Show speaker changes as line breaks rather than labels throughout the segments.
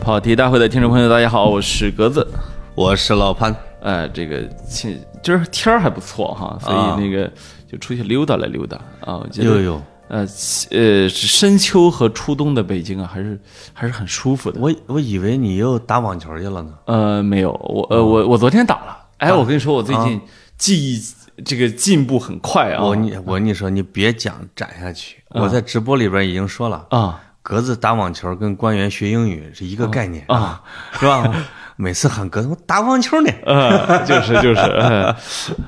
跑题大会的听众朋友，大家好，我是格子。
我是老潘，
哎，这个现今儿天儿还不错哈，所
啊
以那个就出去溜达了溜达啊。我觉
呦
得
呦，
呃呃，深秋和初冬的北京啊，还是还是很舒服的。
我我以为你又打网球去了呢。
呃，没有，我呃我我昨天打了。哎，我跟你说，我最近记忆这个进步很快啊
我你我跟你说，你别讲展下去，我在直播里边已经说了，
啊
格子打网球跟官员学英语是一个概念，
啊，
是吧？每次喊格子，我打网球呢，
呃，就是就是，呃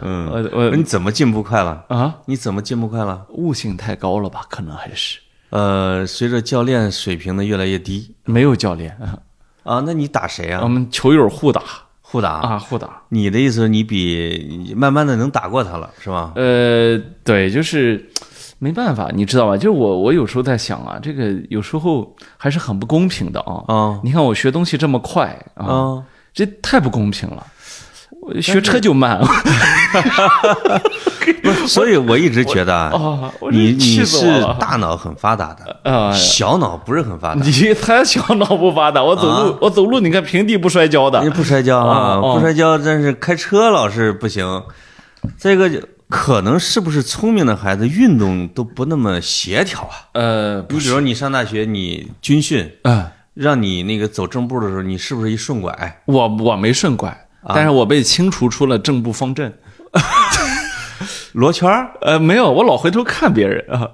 嗯，我
你怎么进步快了？
我啊，
你怎么进步快了？
悟性太高了吧？可能还是
呃，随着教练水平的越来越低
没有教练，啊
啊，那你打谁
我
啊？
们球友互打
互打？
啊，互打。
你的意思是你比你慢慢的能打过他了，是吧？
呃，对，就是没办法，你知道吧？就是我，我有时候在想啊，这个有时候还是很不公平的啊。
啊
你看我学东西这么快啊，
啊，
这太不公平了。我学车就慢
所以我一直觉得啊，
啊！我这
你
气
你
死
是
我了
大脑很发达的，
啊！
小脑不是很发达。
你才小脑不发达，我走路、我走路，你看平地不摔跤
啊你
的，
不摔跤啊，
哦哦
不摔跤，但是开车老是不行。这个就可能是不是聪明的孩子运动都不那么协调啊？
呃，
你比如你上大学，你军训
啊，
让你那个走正步的时候，你是不是一顺拐？
我我没顺拐，
啊
但是我被清除出了正步方阵。
罗圈儿
呃，没有，我老回头看别人啊。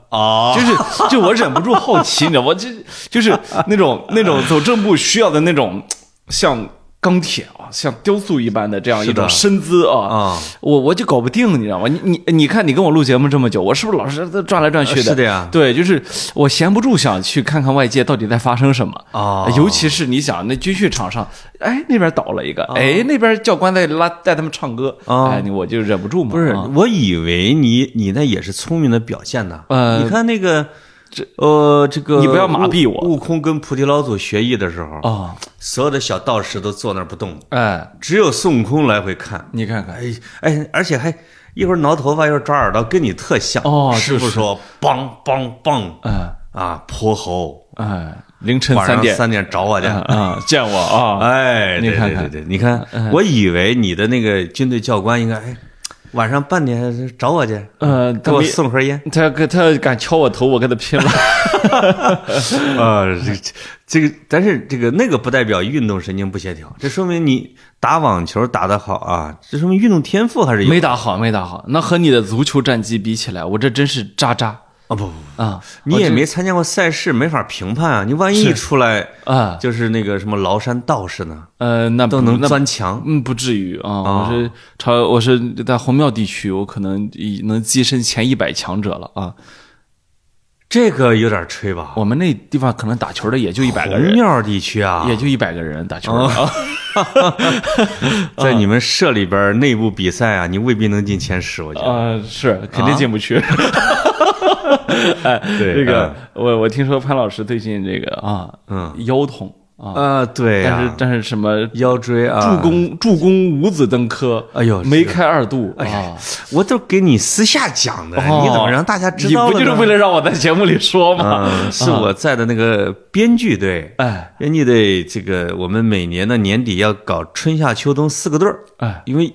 哦
就是就我忍不住好奇，你知道吗？就就是那种那种走正步需要的那种，像钢铁啊，像雕塑一般的这样一
是的
种身姿啊。
啊，
我我就搞不定，你知道吗？你你你看，你跟我录节目这么久，我是不是老是在转来转去的？
是的呀
对，就是我闲不住想去看看外界到底在发生什么哎
哦
尤其是你想那军训场上，哎那边倒了一个，哎那边教官在拉带他们唱歌，
哦
哎你我就忍不住嘛。
不是
啊，
我以为你你那也是聪明的表现呢。
呃
你看那个这呃这个，
你不要麻痹
悟
我
悟空跟菩提老祖学艺的时候，
啊，
所有的小道士都坐那儿不动，
哎，
只有孙悟空来回看。
你看看，
哎哎，而且还一会儿挠头发，一会儿抓耳朵，跟你特像。
哦
师
就
傅
是
说梆梆梆
哎。
啊，泼猴，
哎，凌晨
晚
三
上
点
三点找我 去。
啊，见我啊，
哎，
你
对
看
对
看
对对，你看，嗯我以为你的那个军队教官应该哎，晚上半点找我去，
呃，
给
他
我
没
送盒烟。
他他他敢敲我头，我跟他拼了。
啊，这这这个，但是这个那个不代表运动神经不协调，这说明你打网球打得好啊，这说明运动天赋还是有。
没打好，没打好。那和你的足球战绩比起来，我这真是渣渣
啊，不不不，
啊！
你也没参加过赛事，没法评判啊！你万一一出来
啊，
就是那个什么崂山道士呢，
呃，那不
都能
那
钻墙
嗯，不至于啊。我是朝我是在红庙地区，我可能已能跻身前一百强者了啊。
这个有点吹吧？
我们那地方可能打球的也就一百个
红
人，
庙地区啊
也，就一百个人打球的啊。
在你们社里边内部比赛啊，你未必能进前十，我觉 得。
啊，是肯定进不去。哎，
对
这个
嗯
我我听说潘老师最近这个啊，
嗯，
腰痛啊，
啊，对
但是
呀，
但是什么
腰椎啊，
助攻助攻五子登科，
哎呦
梅
是
开二度啊！
我都给你私下讲的，
哦
你怎么让大家知道
你不就是为
了
了让我在节目里说
呢？
吗？
嗯，是我在的那个编剧队，
啊哎
编剧队这个我们每年的年底要搞春夏秋冬四个队儿，
哎，
因为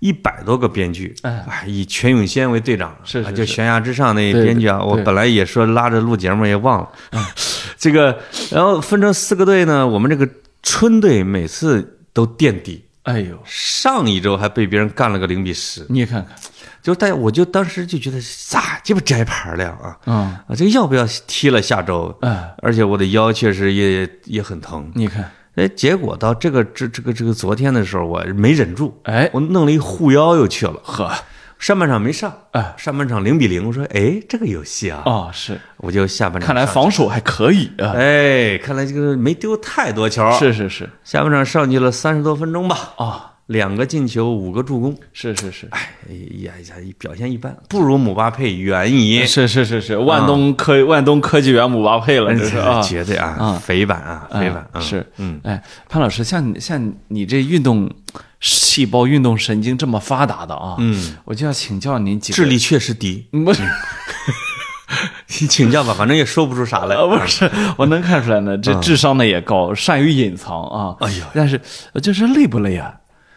一百多个编剧，
哎
哎，以全永先为队长，
是是
啊
是
就悬崖之上那
对
编剧啊，
对嗯
我
对
本来也说拉着录节目也忘了， 这个，然后分成四个队呢，我们这个春队每次都垫底，
哎呦，
上一周还被别人干了个零比十，
你看看
就是但我就当时就觉得咋鸡巴摘牌了呀啊
啊，
啊，这个要不要踢了下周？
哎，
而且我的腰确实也也很疼，
你看，
哎，结果到这个这这个这个昨天的时候，我没忍住，
哎
我弄了一护腰又去了。
呵，
上半场没上，
哎
上半场零比零，我说，哎，这个有戏啊，
哦，是，
我就下半场
看来
上
防守还可以啊，
哎，看来这个没丢太多球，
是是是
下半场上去了三十多分钟吧，
啊，
两个进球，五个助攻，
是是是。
哎呀呀，表现一般，不如姆巴佩、远矣，
是是是是，万东科、万东科技园姆巴佩了，这是啊，
绝对啊
啊，
肥版啊，肥版
啊，
啊
是，
嗯，
哎，潘老师，像你像你这运动细胞、运动神经这么发达的啊，嗯，我就要请教您几个
智力确实低，
不是
你 请教吧，反正也说不出啥来。
呃，不是，我能看出来呢，这智商呢也高，善于隐藏啊。
嗯哎呀，
但是呃就是累不累啊？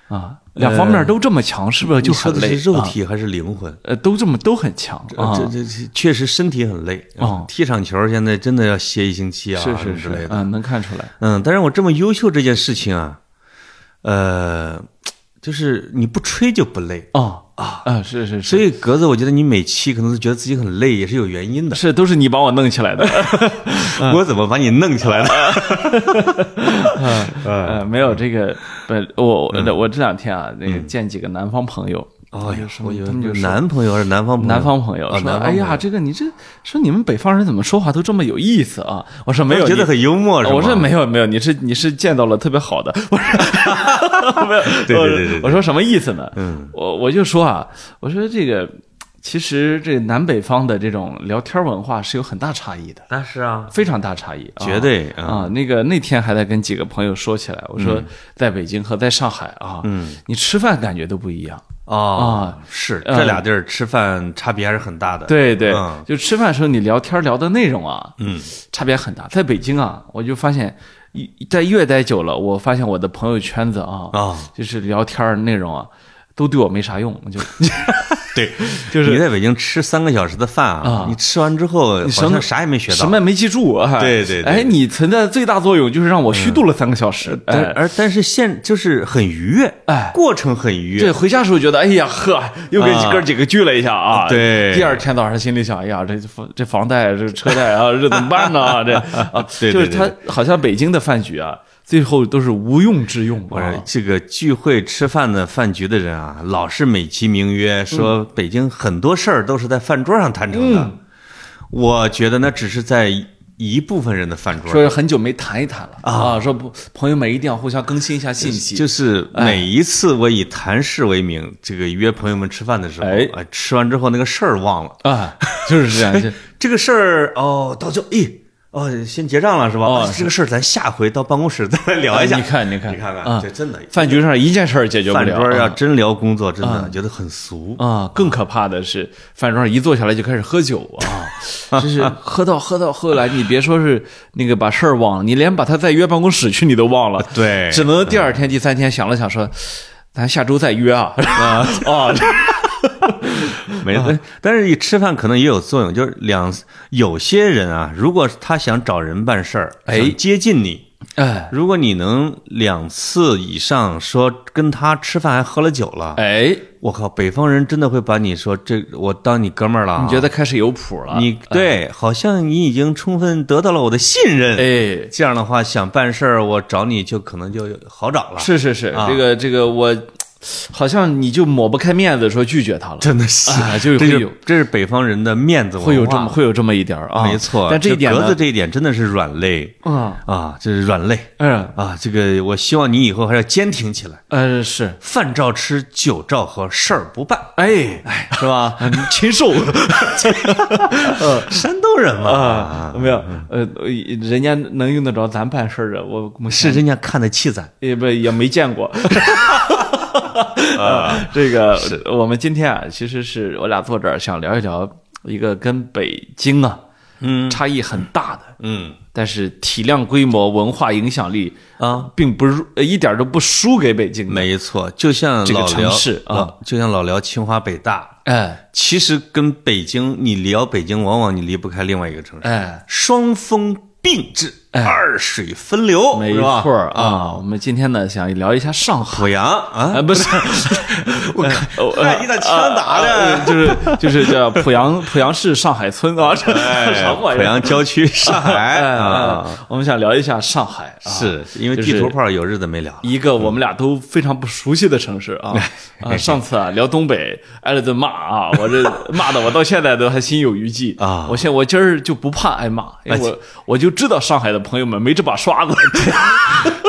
啊，两方面都这么强，是不是就
呃你说
很
的
累？
是肉
啊
体还是灵魂？呃
呃，都这么都很强啊。
这这这确实身体很累啊
哦
踢场球现在真的要歇一星期啊，
是
什么
是
之
是
类，的。
嗯，能看出来。
嗯，但是我这么优秀这件事情啊，呃，就是你不吹就不累，
哦啊啊，是是
所
是，
以格子，我觉得你每期可能是觉得自己很累，也是有原因的。
是都是你把我弄起来的。
我怎么把你弄起来啊的？ 嗯
呃，没有这个，不，我我我这两天啊，那个见几个南方朋友，
嗯哦呀，
什么
我有
他们就说
男朋友还是南方朋友？
南方朋友
啊
说：“
南方
哎呀，这个你这说你们北方人怎么说话都这么有意思啊？”我说：“没有，
觉得
你
很幽默是吗？
啊我说没有没有，你是你是见到了特别好的， 我说没有，
对
我
对对对对
我说什么意思呢？
嗯，
我我就说啊，我说这个其实这南北方的这种聊天文化是有很大差异的，
那是啊，
非常大差异，啊
绝对啊，
啊，那个那天还在跟几个朋友说起来，我
嗯
说在北京和在上海啊，嗯，你吃饭感觉都不一样。
哦，是
嗯
这俩地儿吃饭差别还是很大的。，
对对
嗯，
就吃饭的时候你聊天聊的内容啊，
嗯，
差别很大。在北京啊，我就发现，一在越待久了，我发现我的朋友圈子啊，
啊，
就是聊天儿内容啊，都对我没啥用， 就
对，
就是
你在北京吃三个小时的饭啊
啊，
你吃完之后
什
好
么
像啥也没学
什
到
么。也没记住啊。
对对对
哎，你存在的最大作用就是让我虚度了三个小时。
但
哎，
而但是现就是很愉悦，
哎
过程很愉
对，
悦，
回家的时候觉得，哎呀呵，又跟
啊
哥几个聚了一下啊。
对
第二天早上心里想，哎呀，这房这房贷、这车贷啊， 这怎么办呢？这啊，
对对
就是
对
他好像北京的饭局啊，最后都是无用之用
不是
啊。
这个聚会吃饭的饭局的人啊，老是美其名曰说
嗯
北京很多事儿都是在饭桌上谈成的，我觉得那只是在一部分人的饭桌上
说是很久没谈一谈了啊，说不，朋友们一定要互相更新一下信息。
就是每一次我以谈事为名，这个约朋友们吃饭的时候，
哎
啊，吃完之后那个事儿忘了，
啊，就是 这样，就
这个事儿哦，到就咦。哦，先结账了是吧？
哦
啊这个事儿咱下回到办公室再来聊一下。
啊你看你看
你看看，
啊
这真的
饭局上一件事儿解决不
饭
了。
桌要
啊
真聊工作，真的觉得很俗。
啊，更可怕的是，饭桌上一坐下来就开始喝酒啊， 就是喝到喝到后来，你别说是那个把事儿忘了，你连把他再约办公室去你都忘 了，
对
只能第二天、第三天想了想说，咱下周再约啊。 啊，哦，
没，哎但但是吃饭可能也有作用，就是两有些人啊，如果他想找人办事儿，
哎
想接近你，
哎
如果你能两次以上说跟他吃饭还喝了酒了，
哎，
我靠，北方人真的会把你说这我当你哥们儿了啊，
你觉得哎开始有谱了？
你对，好像你已经充分得到了我的信任，
哎，
这样的话想办事儿，我找你就可能就好找了，
是是是
啊，
这个这个我。好像你就抹不开面子说拒绝他了，
真的是，
啊就
这
会
是
有
这是北方人的面子文化，
会有这么会有这么一点儿啊，
没错，
但这一点
格
呢
子，这一点真的是软肋
嗯
啊，这是软肋
嗯
啊，这个我希望你以后还要坚挺起来，
呃是，
饭照吃，酒照喝，事儿不办。
哎哎
是吧？
禽兽
山东人嘛，
啊，没有呃，人家能用得着咱办事儿的，我目
是
前
人家看得起咱。
也不也没见 过。啊，这个我们今天啊，其实是我俩坐这儿想聊一聊一个跟北京啊，
嗯
差异很大的，
嗯
但是体量、规模、文化影响力
啊，
并不输，呃一点都不输给北京的。
没错，就像
这个
老
城
聊
市啊
老就像老聊清华北大，
哎
其实跟北京，你聊北京，往往你离不开另外一个城市，
哎，
双峰并峙，
哎
二水分流，
没
是吧
错儿啊。我们今天呢，想聊一下上海。
濮阳啊，
啊，不是，
我看
哦呃
看你咋枪打
呃
的？
呃就是就是叫濮阳濮阳市上海村啊，这
哎
什么玩意
濮
儿？
阳郊区，上海
哎
啊，，
哎我们想聊一下上海啊，
是因为
就是
地图炮有日子 没聊了。
一个我们俩都非常不熟悉的城市啊。 啊，上次啊聊东北挨了顿骂啊，我 这骂的我到现在都还心有余悸
啊哎
我现在我今儿就不怕挨骂，因为我我就知道上海的朋友们没这把刷子，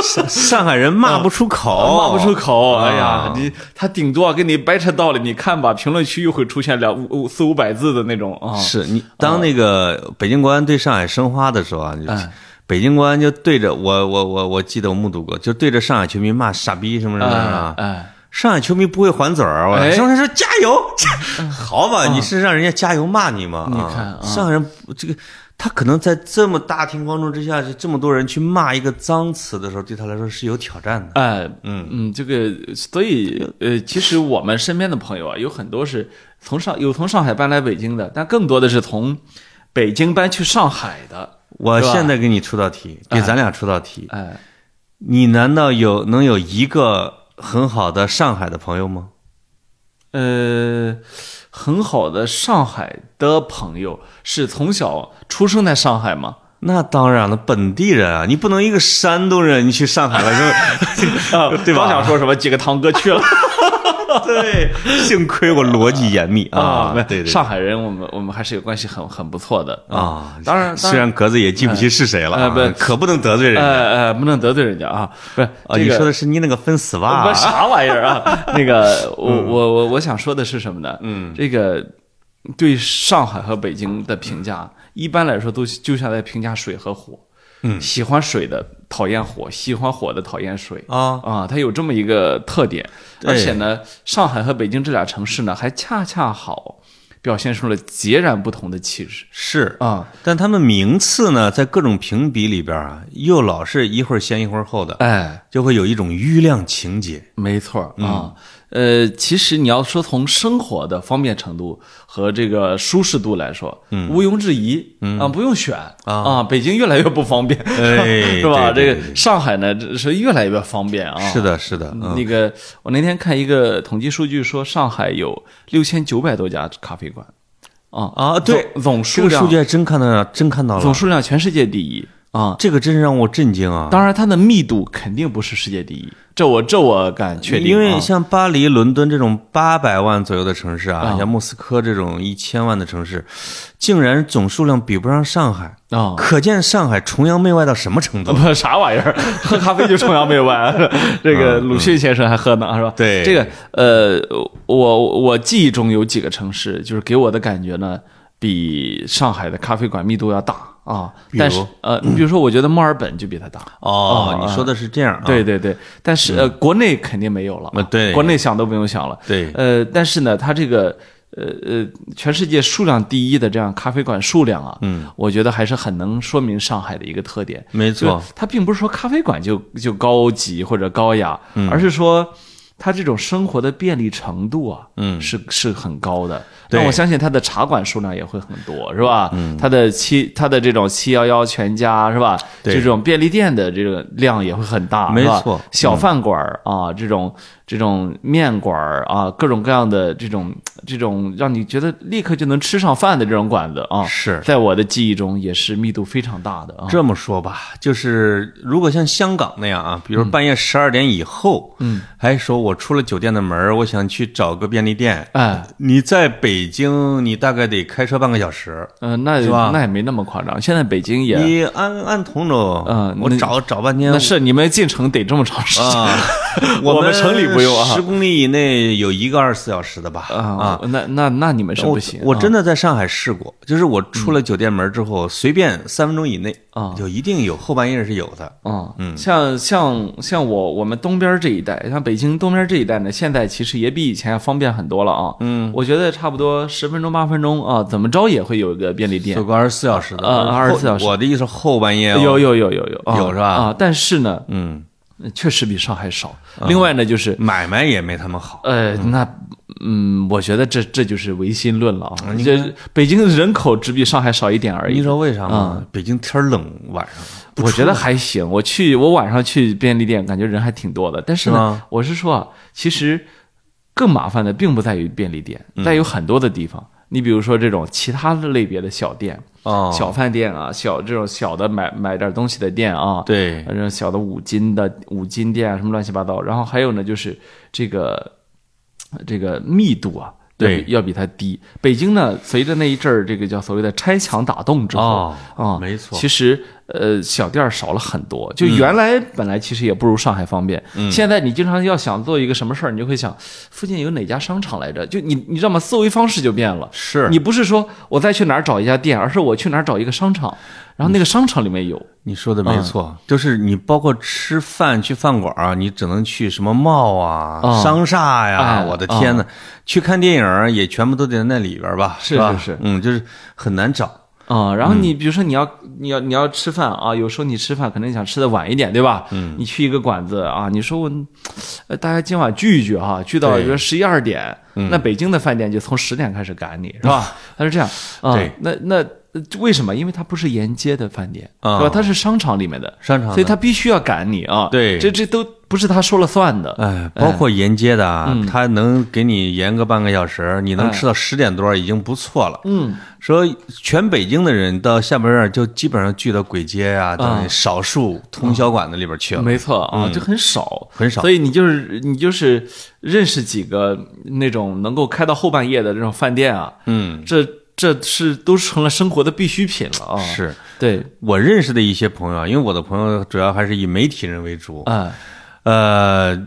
上上海人骂不出口，
骂不出口。哎呀
哦啊，
你他顶多给你掰扯道理，你看吧，评论区又会出现两五五四五百字的那种啊。
是你当那个北京国安对上海申花的时候啊，你
哎
北京国安就对着我，我我我记得我目睹过，就对着上海球迷骂傻逼什么什么的啊。
哎，
上海球迷不会还嘴儿，啊我
哎嗯
上海说加油，加 好吧，你是让人家加油骂你吗？
你
啊
看啊
上海人这个，他可能在这么大庭广众之下，这么多人去骂一个脏词的时候，对他来说是有挑战的。
哎，
嗯
嗯，这个，所以呃，其实我们身边的朋友啊，有很多是从上有从上海搬来北京的，但更多的是从北京搬去上海的。
我
是吧
现在给你出道题，给咱俩出道题，
哎，
你难道有能有一个很好的上海的朋友吗？
呃，很好的上海的朋友是从小出生在上海吗？
那当然了，本地人啊，你不能一个山东人你去上海了 之
啊，
对吧
刚想说什么，几个堂哥去了
后， 对，幸亏我逻辑严密啊，
没
对对对
上海人，我们我们还是有关系很很不错的。
啊，
当然当然
虽然格子也记不清是谁了啊，
呃不
可不能得罪人家
呃呃，不能得罪人家啊，不是
啊。
这
你
个
说的是你那个分丝袜
不
啊
是啥玩意儿啊？那个，我我我我想说的是什么呢？嗯，这个对上海和北京的评价，一般来说都就像在评价水和火。嗯，喜欢水的讨厌火，喜欢火的讨厌水
啊？
啊，它有这么一个特点。
对
而且呢，上海和北京这俩城市呢，还恰恰好表现出了截然不同的气质
是，
啊。
但他们名次呢，在各种评比里边啊，又老是一会儿先一会儿后的，
哎，
就会有一种余量情节。
没错儿
嗯
啊，呃，其实你要说从生活的方便程度和这个舒适度来说，嗯，毋庸置疑，嗯啊，不用选啊，北京越来越不方便，
哎
是吧？这
对对对
个上海呢这是越来越方便啊。
是的，是的，嗯
那个我那天看一个统计数据说，上海有六千九百多家咖啡馆，啊，
啊，对，
总总
这
数
个数
量
据还啊真看到了，真看到
总
了，
数量全世界第一啊。
这个真让我震惊啊！
当然，它的密度肯定不是世界第一，这我这我敢确定啊，
因为像巴黎、伦敦这种八百万左右的城市啊，
啊
像莫斯科这种一千万的城市，竟然总数量比不上上海，
啊，
可见上海崇洋媚外到什么程 度。
不啥玩意儿，喝咖啡就崇洋媚外。这个鲁迅先生还喝呢，是吧？
嗯对
这个呃，我我记忆中有几个城市，就是给我的感觉呢，比上海的咖啡馆密度要大啊。
比如
但是呃，比如说，我觉得墨尔本就比它大。
哦，
啊
你说的是这样啊？
对对对，但是呃，国内肯定没有了
呃，对
国内想都不用想了。
对，
呃，但是呢，它这个呃呃，全世界数量第一的这样咖啡馆数量啊，
嗯，
我觉得还是很能说明上海的一个特点。
没
就
错，
它并不是说咖啡馆就就高级或者高雅，
嗯
而是说它这种生活的便利程度啊，
嗯
是是很高的。
对嗯
那我相信它的茶馆数量也会很多，是吧？它的七它的这种七幺幺全家是吧？
对
这种便利店的这个量也会很大，
没
是吧
错嗯
小饭馆儿啊，这种这种面馆儿啊，各种各样的这种这种让你觉得立刻就能吃上饭的这种馆子啊，
是
在我的记忆中也是密度非常大的啊。
这么说吧，就是如果像香港那样啊，比如
嗯
半夜十二点以后，嗯，还说我出了酒店的门儿，我想去找个便利店。
哎，
你在北京，你大概得开车半个小时。
嗯，那
是吧
那也没那么夸张。现在北京也，
你按按同着，
嗯
我
那
找找半天
那是你们进城得这么长时间
啊，
我们城里不用啊
十公里以内有一个二十四小时的吧？啊，
那那那你们是
我
不行，啊
我真
的
的在上海试过，就是我出了酒店门之后，随便三分钟以内
嗯啊
就一定有后半夜是有的。
啊，嗯，像像像我我们东边这一带，像北京东边这一带呢，现在其实也比以前方便很多了啊。嗯，我觉得差不多十分钟八分钟啊，怎么着也会有一个便利店
有。个二十四小时的，
啊
后
24小时
我的意思是后半夜哦
有，有有有有啊
有是吧
啊，但是呢，
嗯，
确实比上海少。另外呢，就是
买卖也没他们好。
呃，那嗯，我觉得这这就是唯心论了
嗯
啊。这北京人口只比上海少一点而已。
你知道为啥吗？北京天儿冷，晚上
嗯啊我觉得还行。我去，我晚上去便利店，感觉人还挺多的。但是
是
呢
吗，
我是说，啊，其实更麻烦的并不在于便利店，
嗯
在于很多的地方。你比如说这种其他的类别的小店、
哦，
小饭店啊，小这种小的买买点东西的店啊，
对
这种小的五金的五金店啊，什么乱七八糟。然后还有呢，就是这个这个密度啊。要比
对
要比它低。北京呢，随着那一阵儿这个叫所谓的拆墙打洞之后，
哦
啊，
没错嗯
其实呃，小店儿少了很多。就原来本来其实也不如上海方便，现在你经常要想做一个什么事儿，你就会想附近有哪家商场来着？就你你知道吗？思维方式就变了。
是
你不是说我再去哪儿找一家店，而是我去哪儿找一个商场，然后那个商场里面有。
你说的没
嗯
错，就是你包括吃饭去饭馆啊，你只能去什么茂啊、
嗯
商厦呀、
哎
我的天呐，去看电影儿也全部都得那里边儿吧？
是
吧
是是
嗯，就是很难找。
啊、然后
嗯
你比如说你要你要你要吃饭啊，有时候你吃饭可能想吃的晚一点，对吧？嗯，你去一个馆子啊，你说我，呃，大家今晚聚一聚哈、聚到
对嗯
比如十一二点，那北京的饭店就从十点开始赶你，是吧？它是这样啊、
对
那那呃为什么？因为它不是沿街的饭店，
啊
是吧？它是商场里面的，
商场的
所以它必须要赶你啊。
对
这这都不是他说了算的。
哎，包括沿街的啊，
嗯
他能给你延个半个小时，你
哎
能吃到十点多已经不错了。
嗯，
说全北京的人到下半院就基本上聚到簋街啊，等于少数通宵馆子里边去了。
嗯没错啊，就很少，
嗯很少
所以你就是你就是认识几个那种能够开到后半夜的这种饭店啊，
嗯，
这这是都成了生活的必需品了啊。，
是
对，
我认识的一些朋友，啊，因为我的朋友主要还是以媒体人为主，
啊
呃，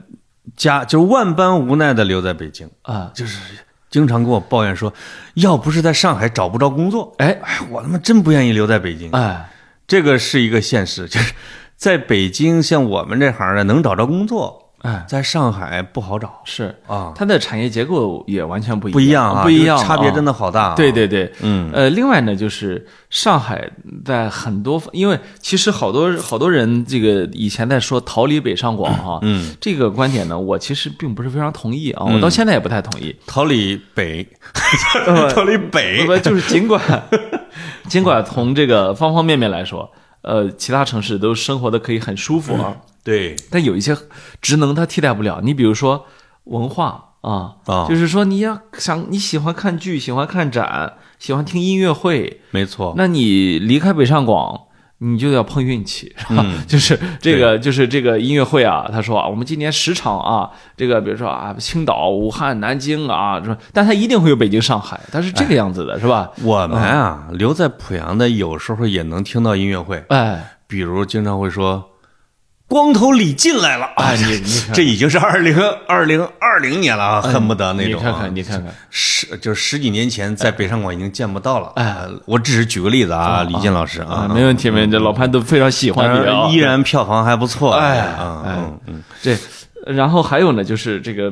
家就是万般无奈的留在北京，
啊，
就是经常跟我抱怨说，要不是在上海找不着工作，
哎
哎，我他妈真不愿意留在北京。
哎，
这个是一个现实，就是在北京，像我们这行的能找着工作，
哎，
在上海不好找
是，
啊，
它的产业结构也完全不一
不一样
样，
啊，
不一样，
就是差别真
的。
的好大、啊。
对，对对，
嗯，
呃，另外呢，就是上海在很多，因为其实好多好多人这个以前在说逃离北上广哈，
嗯，
这个观点呢，我其实并不是非常同意啊，我到现在也不太同意。
逃离 北，逃离北
不，不，就是尽管尽管从这个方方面面来说，呃，其他城市都生活的可以很舒服
嗯
啊，
对，
但有一些职能它替代不了。你比如说文化啊，
啊
就是说你要想你喜欢看剧，喜欢看展，喜欢听音乐会，
没错，
那你离开北上广。你就要碰运气，是吧？
嗯
就是这个，就是这个音乐会啊。他说啊，我们今年十场啊，这个比如说啊，青岛、武汉、南京啊，是吧？但他一定会有北京、上海，他是这个样子
哎
的，是吧？
我们啊、留在濮阳的，有时候也能听到音乐会，
哎，
比如经常会说。光头李进来了啊！
哎你你看哎
这已经是二零二零二零年了啊，恨不得那种、啊
你看看，你看看，
十就是十几年前在北上广已经见不到了。
哎
呃，我只是举个例子啊，李健老师
啊，
啊，
没问题，没问题，老潘都非常喜欢
当
你啊
然，依然票房还不错。
哎
啊嗯嗯，
对。然后还有呢，就是这个，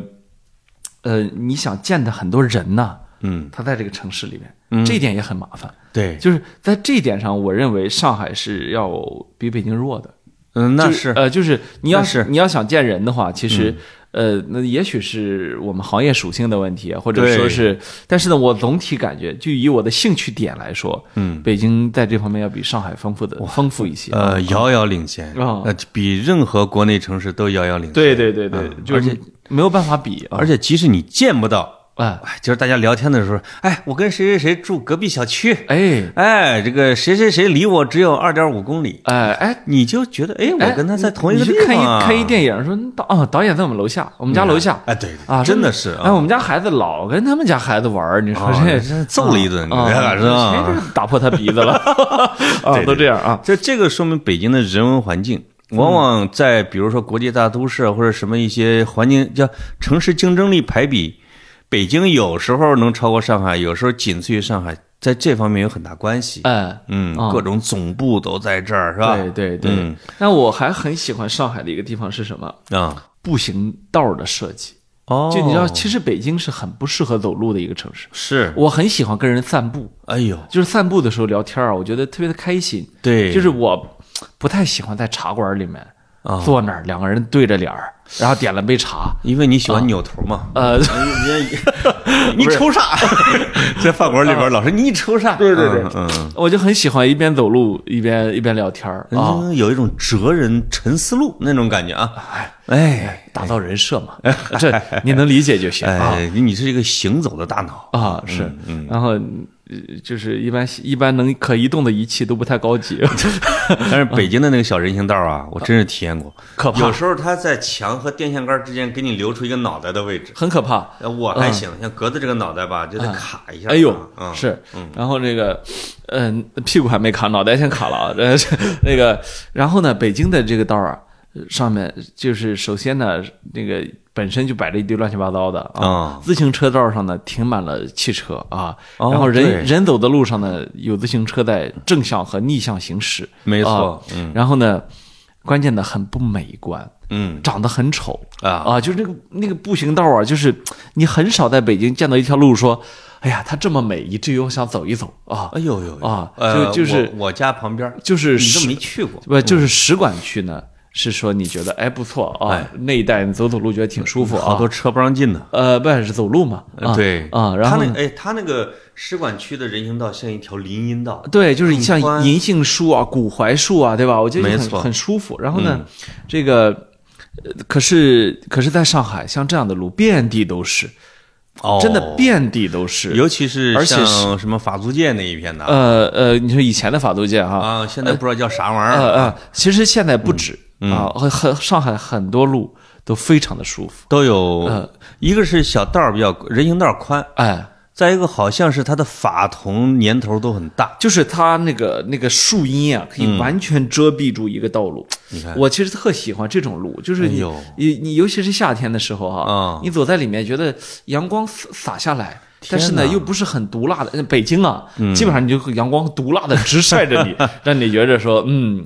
呃，你想见的很多人呐，
嗯，
他在这个城市里面，这一点也很麻烦。
对，
就是在这一点上，我认为上海是要比北京弱的。
嗯，那
就是呃，就是你要
那是嗯
你要想见人的话，其实。呃，那也许是我们行业属性的问题，啊或者说
对
是，但是呢，我总体感觉，就以我的兴趣点来说，
嗯，
北京在这方面要比上海丰富的丰富一些。
呃遥遥领先，
啊
呃，比任何国内城市都遥遥领先。
对对对对，
嗯
就是
而
没有办法比啊。
而且即使你见不到，
哎
哎，就是大家聊天的时候，哎，我跟谁谁谁住隔壁小区，
哎
哎，这个谁谁谁离我只有二点五公里，
哎哎，
你就觉得哎，我跟他在同一个
你
地
去看
方啊，
一看一电影，说导哦，导演在我们楼下，我们家楼下
哎，对对
啊，
真的是啊
哎，我们家孩子老跟他们家孩子玩儿，你说
啊
这
这揍了一顿
啊
你看是吧
谁这打破他鼻子 了啊？
对
都这样啊，
这这个说明北京的人文环境，
嗯
往往在比如说国际大都市啊或者什么一些环境叫城市竞争力排比，北京有时候能超过上海，有时候仅次于上海，在这方面有很大关系。
哎。
嗯
啊，
各种总部都在这儿，是吧？
对对对
嗯，
那我还很喜欢上海的一个地方是什么？
啊，
步行道儿的设计。
哦
就你知道，其实北京是很不适合走路的一个城市。
是，
我很喜欢跟人散步，
哎呦，
就是散步的时候聊天啊，我觉得特别的开心。
对，
就是我不太喜欢在茶馆里面
啊
坐那儿，两个人对着脸儿，然后点了杯茶。
因为你喜欢扭头嘛。
呃，
你抽啥？在饭馆里边，老师你抽啥？对对对，嗯，
我就很喜欢一边走路一边一边聊天儿啊，
嗯有一种哲人沉思录那种感觉啊。哎，
打造人设嘛， 这你能理解就行啊
哎，你你是一个行走的大脑，
啊是，然后呃就是一般一般能可移动的仪器都不太高级，
但是北京的那个小人行道啊，我真是体验过，
可怕
有时候它在墙和电线杆之间给你留出一个脑袋的位置，
很可怕。
呃我还行，像格子这个脑袋吧，就得卡一下。
哎呦，
嗯，
是，然后这个，嗯、屁股还没卡，脑袋先卡了啊。 这是那个，然后呢，北京的这个道儿啊，上面就是首先呢，那个本身就摆着一堆乱七八糟的啊
啊，
自行车道上呢停满了汽车啊，
哦
然后
对
人人走的路上呢，有自行车在正向和逆向行驶，
没
啊
错，嗯
然后呢，关键的很不美观，
嗯
长得很丑，
啊，
啊，就是那个那个步行道啊，就是你很少在北京见到一条路说，哎呀，它这么美，以至于我想走一走啊，
哎呦呦呦
啊
呃
就就是
我我家旁边，
就是
你都
使
没去过，
不就是使馆区呢？是说你觉得哎不错啊
哎，
那一带你走走路觉得挺舒服
好
啊
多，车不让进呢。
呃，不是走路嘛，啊
对
啊，然后
他
呢
那哎，他那个使馆区的人行道像一条林荫道，
对，就是
很宽
像银杏树啊、古槐树啊，对吧？我觉得
没
很
错嗯
很舒服。然后呢，这个呃可是可是在上海，像这样的路遍地都是，
哦
真的遍地都是。
尤其是
而且是
像什么法租界那一片的
呃呃，你说以前的法租界哈，
啊，现在不知道叫啥玩意
呃
儿，
呃，其实现在不止、啊，很很上海很多路都非常的舒服，
都有，一个是小道儿比较人行道儿宽，
哎，
再一个好像是它的法桐年头都很大，
就是它那个那个树荫啊，可以完全遮蔽住一个道路。
嗯你看
我其实特喜欢这种路，就是
哎
你、
呦
你你尤其是夏天的时候哈、
啊
你走在里面觉得阳光洒洒下来。但是呢，
天哪嗯
又不是很毒辣的。呃北京啊，基本上你就阳光毒辣的直晒着 你，让你觉着说，嗯，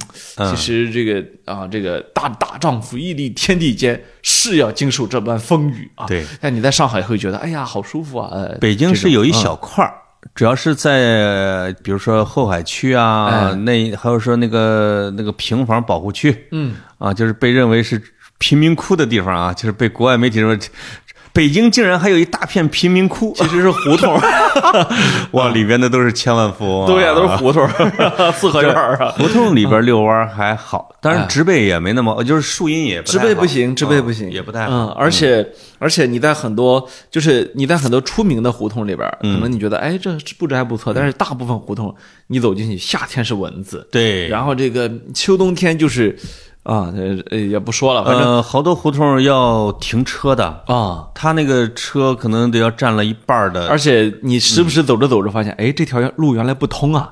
其实这个啊，这个大大丈夫屹立天地间，是要经受这般风雨啊。
对，
但你在上海会觉得，哎呀，好舒服啊。呃，
北京
这
是
种
有一小块儿，主要是在比如说后海区啊，
哎
那还有说那个那个平房保护区，
嗯
啊，就是被认为是贫民窟的地方啊，就是被国外媒体认为。北京竟然还有一大片贫民窟，其实是胡同， 哇，里边的都是千万富翁、啊，
对呀，都是胡同儿、四合院儿啊。
胡同里边遛弯儿还好，当然植被也没那么，呃就是树荫也不
哎植
太
被
好
不行，植被不行，
嗯也不太好。
嗯，而且而且你在很多就是你在很多出名的胡同里边儿，可
嗯
能你觉得哎这布置还不错，但是大部分胡同你走进去，夏天是蚊子，
对，
然后这个秋冬天就是啊呃呃也不说了，反正
呃，好多胡同要停车的，
啊，
他那个车可能得要占了一半儿的，
而且你时不时走着走着发现，哎这条路原来不通 啊，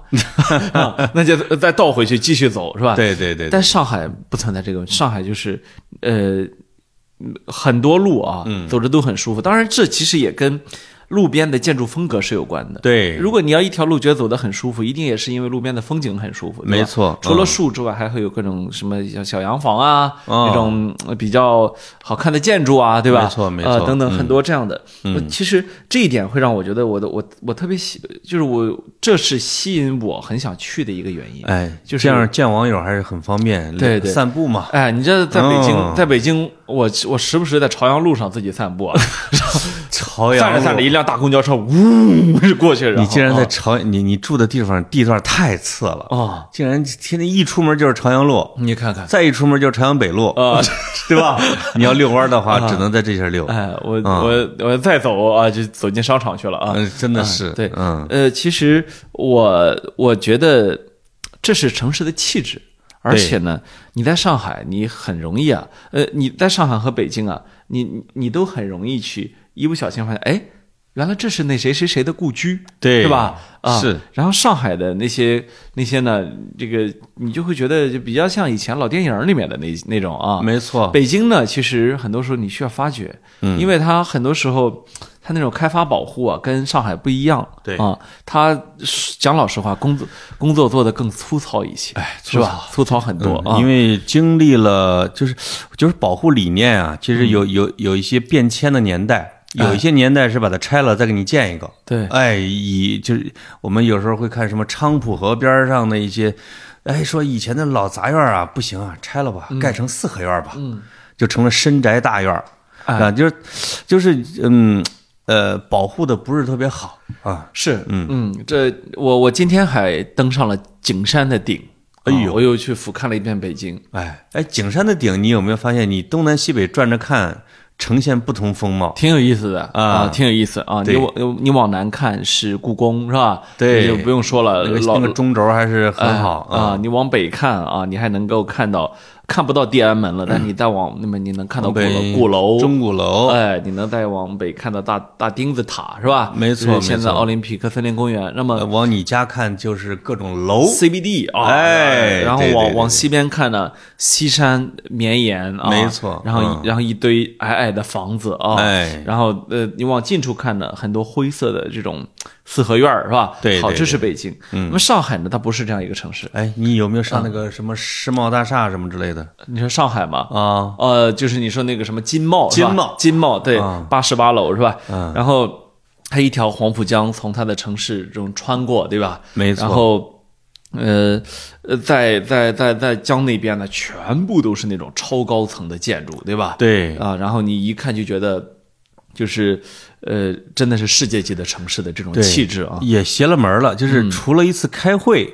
啊那就再倒回去继续走是吧？
对对对，
但上海不存在这个问题，上海就是呃嗯很多路啊，
嗯
走着都很舒服。当然，这其实也跟路边的建筑风格是有关的。，
对，
如果你要一条路觉得走得很舒服，一定也是因为路边的风景很舒服。对吧
没错
除了
嗯
树之外，还会有各种什么小小洋房啊，
哦
那种呃比较好看的建筑啊，对吧？
没错没
呃
错
等等
嗯
很多这样的。呃其实这一点会让我觉得我的我我特别喜，就是我这是吸引我很想去的一个原因。
哎，
就是
这样见网友还是很方便，
对对
散步嘛，
哎，你这在北京，
哦
在北京，我我时不时在朝阳路上自己散步啊，
朝阳
散着
路
散着，一辆大公交车呜就过去，然后
你竟然在
啊
朝你你住的地方地段太次了，
哦，嗯
竟然天天一出门就是朝阳路，
你看看
再一出门就是朝阳北路，
啊，
对吧？你要遛弯儿的
嗯
话，只能在这些溜，
哎，我我我再走啊，就走进商场去了啊。
嗯，真的是，
对，
嗯，
呃，其实我我觉得这是城市的气质，而且呢，你在上海，你很容易啊，呃，你在上海和北京啊，你你你都很容易去，一不小心发现，哎，原来这是那谁谁谁的故居，
对
是吧？啊，
是。
然后上海的那些那些呢，这个你就会觉得就比较像以前老电影里面的那那种啊，
没错，
北京呢，其实很多时候你需要发掘，
嗯
因为它很多时候它那种开发保护啊，跟上海不一样，
对
啊，它是讲老实话，工作工作做得更粗糙一些，哎，是吧？粗糙很多啊，
嗯因为经历了就是就是保护理念啊，其实
嗯
有有有一些变迁的年代，有一些年代是把它拆了再给你建一个。
哎对
哎，以就是我们有时候会看什么菖蒲河边儿上的一些，哎，说以前的老杂院儿啊，不行啊，拆了
嗯
吧，盖成四合院儿吧，就成了深宅大院儿
哎
啊，就是就是嗯呃，保护的不是特别好啊，
是，嗯嗯，这我我今天还登上了景山的顶，
哎
啊
呦
我又去俯瞰了一遍北京，
哎哎，景山的顶，你有没有发现，你东南西北转着看，呈现不同风貌。
挺有意思的
啊
挺有意思啊！你
对
往你往南看是故宫是吧？
对
你就不用说了，
那个
呃老
那个中轴还是很好嗯
哎啊！你往北看啊，你还能够看到看不到地安门了，但你再往那么你能看到鼓楼，
嗯北
鼓楼
钟鼓楼，
哎，你能再往北看到大大钉子塔是吧？
没错
就是现在
没错
奥林匹克森林公园，那
呃
么
往你家看就是各种楼，
CBD 啊，
呃哎
然后
对对
往
对
往西边看呢，西山绵延啊，
没错
然后一
嗯
然后一堆矮矮的房子啊，
哎
然后呃，你往近处看呢，很多灰色的这种四合院儿是吧？
对对
好，这
对嗯
是北京。那么上海呢，它不是这样一个城市。
哎，你有没有
啊
上那个什么世贸大厦什么之类的
你说上海嘛，
啊？
呃，就是你说那个什么金茂，是吧
金茂
金茂，对
啊，
八十八楼是吧？
嗯
然后它一条黄浦江从它的城市中穿过，对吧？
没错
然后。呃，呃，在在在在江那边呢，全部都是那种超高层的建筑，对吧？
对，
啊，然后你一看就觉得，就是，呃，真的是世界级的城市的这种
对
气质啊。嗯
也邪了门了，就是除了一次开会。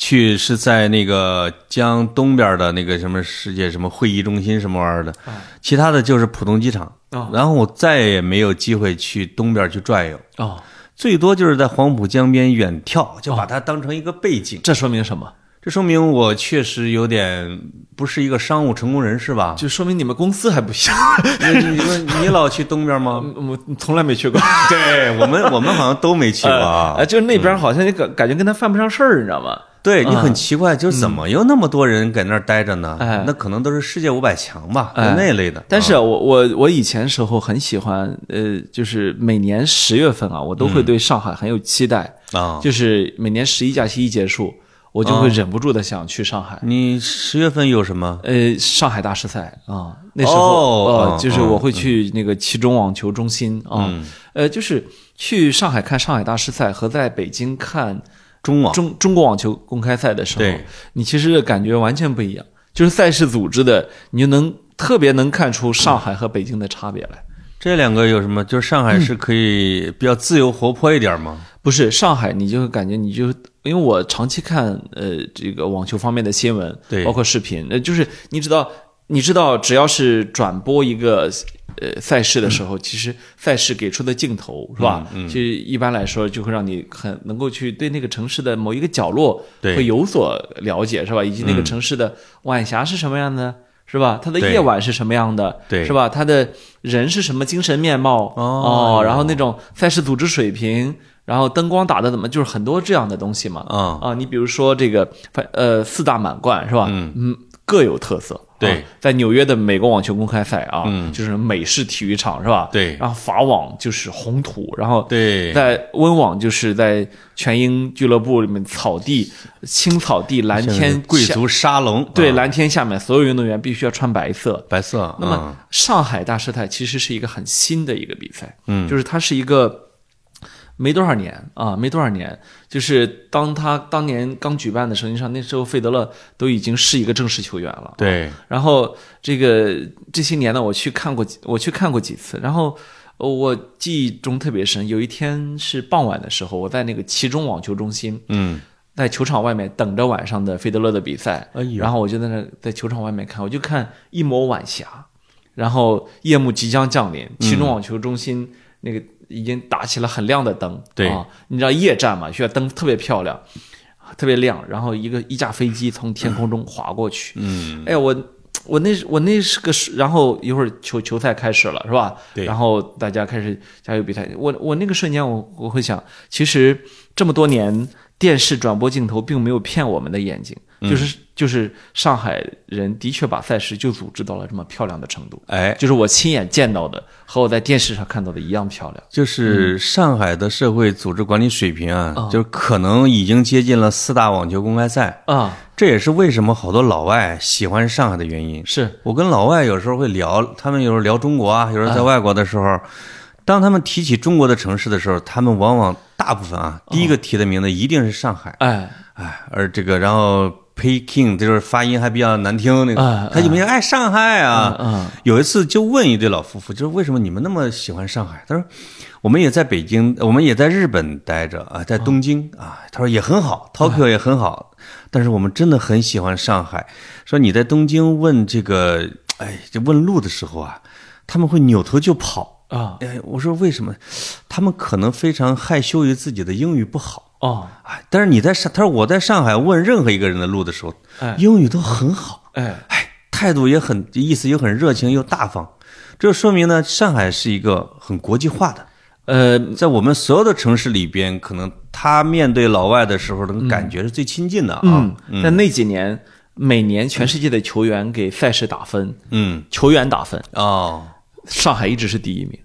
去是在那个江东边的那个什么世界什么会议中心什么玩意儿的，其他的就是浦东机场
啊。
然后我再也没有机会去东边去转悠，
哦，
最多就是在黄浦江边远眺，就把它当成一个背景。
这说明什么？
这说明我确实有点不是一个商务成功人士吧？
就说明你们公司还不行。
你你你你老去东边吗？
我我从来没 去过。
对我们，我们好像都没去过 啊
哎，。呃就是那边好像就感感觉跟他犯不上事儿，你知道吗？
对你很奇怪，就是怎么有那么多人在那儿待着呢
嗯哎？
那可能都是世界五百强吧，
哎
就那类的。
但是
啊
啊我我我以前时候很喜欢，呃，就是每年十月份啊，我都会对上海很有期待，
嗯啊，
就是每年十一假期一结束，我就会忍不住的想去上海。
你十月份有什么？
呃，上海大师赛啊、那时候、
哦
呃，
嗯
就是我会去那个七中网球中心啊、呃，就是去上海看上海大师赛和在北京看
中网
中中国网球公开赛的时候
对，
你其实感觉完全不一样，就是赛事组织的，你就能特别能看出上海和北京的差别来。
这两个有什么？就是上海是可以比较自由活泼一点吗？
不是上海，你就会感觉你就因为我长期看呃这个网球方面的新闻，
对
包括视频，呃，就是你知道，你知道，只要是转播一个呃赛事的时候，其实赛事给出的镜头是吧，
嗯
就一般来说就会让你很能够去对那个城市的某一个角落
对嗯
会有所了解，是吧？以及那个城市的晚霞是什么样的。是吧？它的
对
夜晚是什么样的？
对
是吧？它的人是什么精神面貌？啊
哦
然后那种赛事组织水平，然后灯光打的怎么，就是很多这样的东西嘛。
啊，
啊，你比如说这个，反呃，四大满贯是吧？嗯各有特色。
对
啊
嗯
在纽约的美国网球公开赛啊，就是美式体育场是吧？
对
然后法网就是红土，然后
对
在温网就是在全英俱乐部里面草地、青草地、蓝天
贵
下，
族沙龙，
对
啊
蓝天下面所有运动员必须要穿白色。
白色。
那么
啊
上海大师赛其实是一个很新的一个比赛，嗯，就是它是一个没多少年啊，没多少年，就是当他当年刚举办的时候，你想那时候费德勒都已经是一个正式球员了，
对，
然后这个这些年呢，我去看过几，我去看过几次，然后呃我记忆中特别深，有一天是傍晚的时候，我在那个七中网球中心，
嗯，
在球场外面等着晚上的费德勒的比赛，
哎呦
然后我就在那在球场外面看，我就看一抹晚霞，然后夜幕即将降临，七中网球中心那个已经打起了很亮的灯，
对
啊，你知道夜战嘛，需要灯特别漂亮，特别亮，然后一个一架飞机从天空中划过去，
嗯，
哎呀，我我那我那是个时，然后一会儿球球赛开始了，是吧？
对
然后大家开始加油比赛。我我那个瞬间我，我会想，其实这么多年电视转播镜头并没有骗我们的眼睛，就是、就是上海人的确把赛事就组织到了这么漂亮的程度，
哎，
就是我亲眼见到的和我在电视上看到的一样漂亮。嗯
就是上海的社会组织管理水平啊，
啊
就是可能已经接近了四大网球公开赛，
啊，
这也是为什么好多老外喜欢上海的原因。
是
我跟老外有时候会聊，他们有时候聊中国啊，有时候
嗯
在外国的时候，当他们提起中国的城市的时候，他们往往大部分
哦
啊，第一个提的名字一定是上海。
哎，
哎，而这个然后 Peking 就是发音还比较难听，那个、
啊
他就没爱上海啊。
嗯嗯
有一次就问一对老夫妇，就是为什么你们那么喜欢上海？他说我们也在北京，我们也在日本待着啊，在东京啊。他说也很好，Tokyo 也很好，但是我们真的很喜欢上海。说你在东京问这个，哎，就问路的时候啊。他们会扭头就跑。
啊
哎，我说为什么？他们可能非常害羞于自己的英语不好
哦，
啊。但是你在上，他说我在上海问任何一个人的路的时候，
哎
英语都很好，
哎
哎，态度也很意思，又很热情又大方。这说明呢，上海是一个很国际化的，
呃
在我们所有的城市里边，可能他面对老外的时候，那个感觉是最亲近的啊。
嗯，在那几年，每年全世界的球员给赛事打分，
嗯
球员打分，
哦，
上海一直是第一名，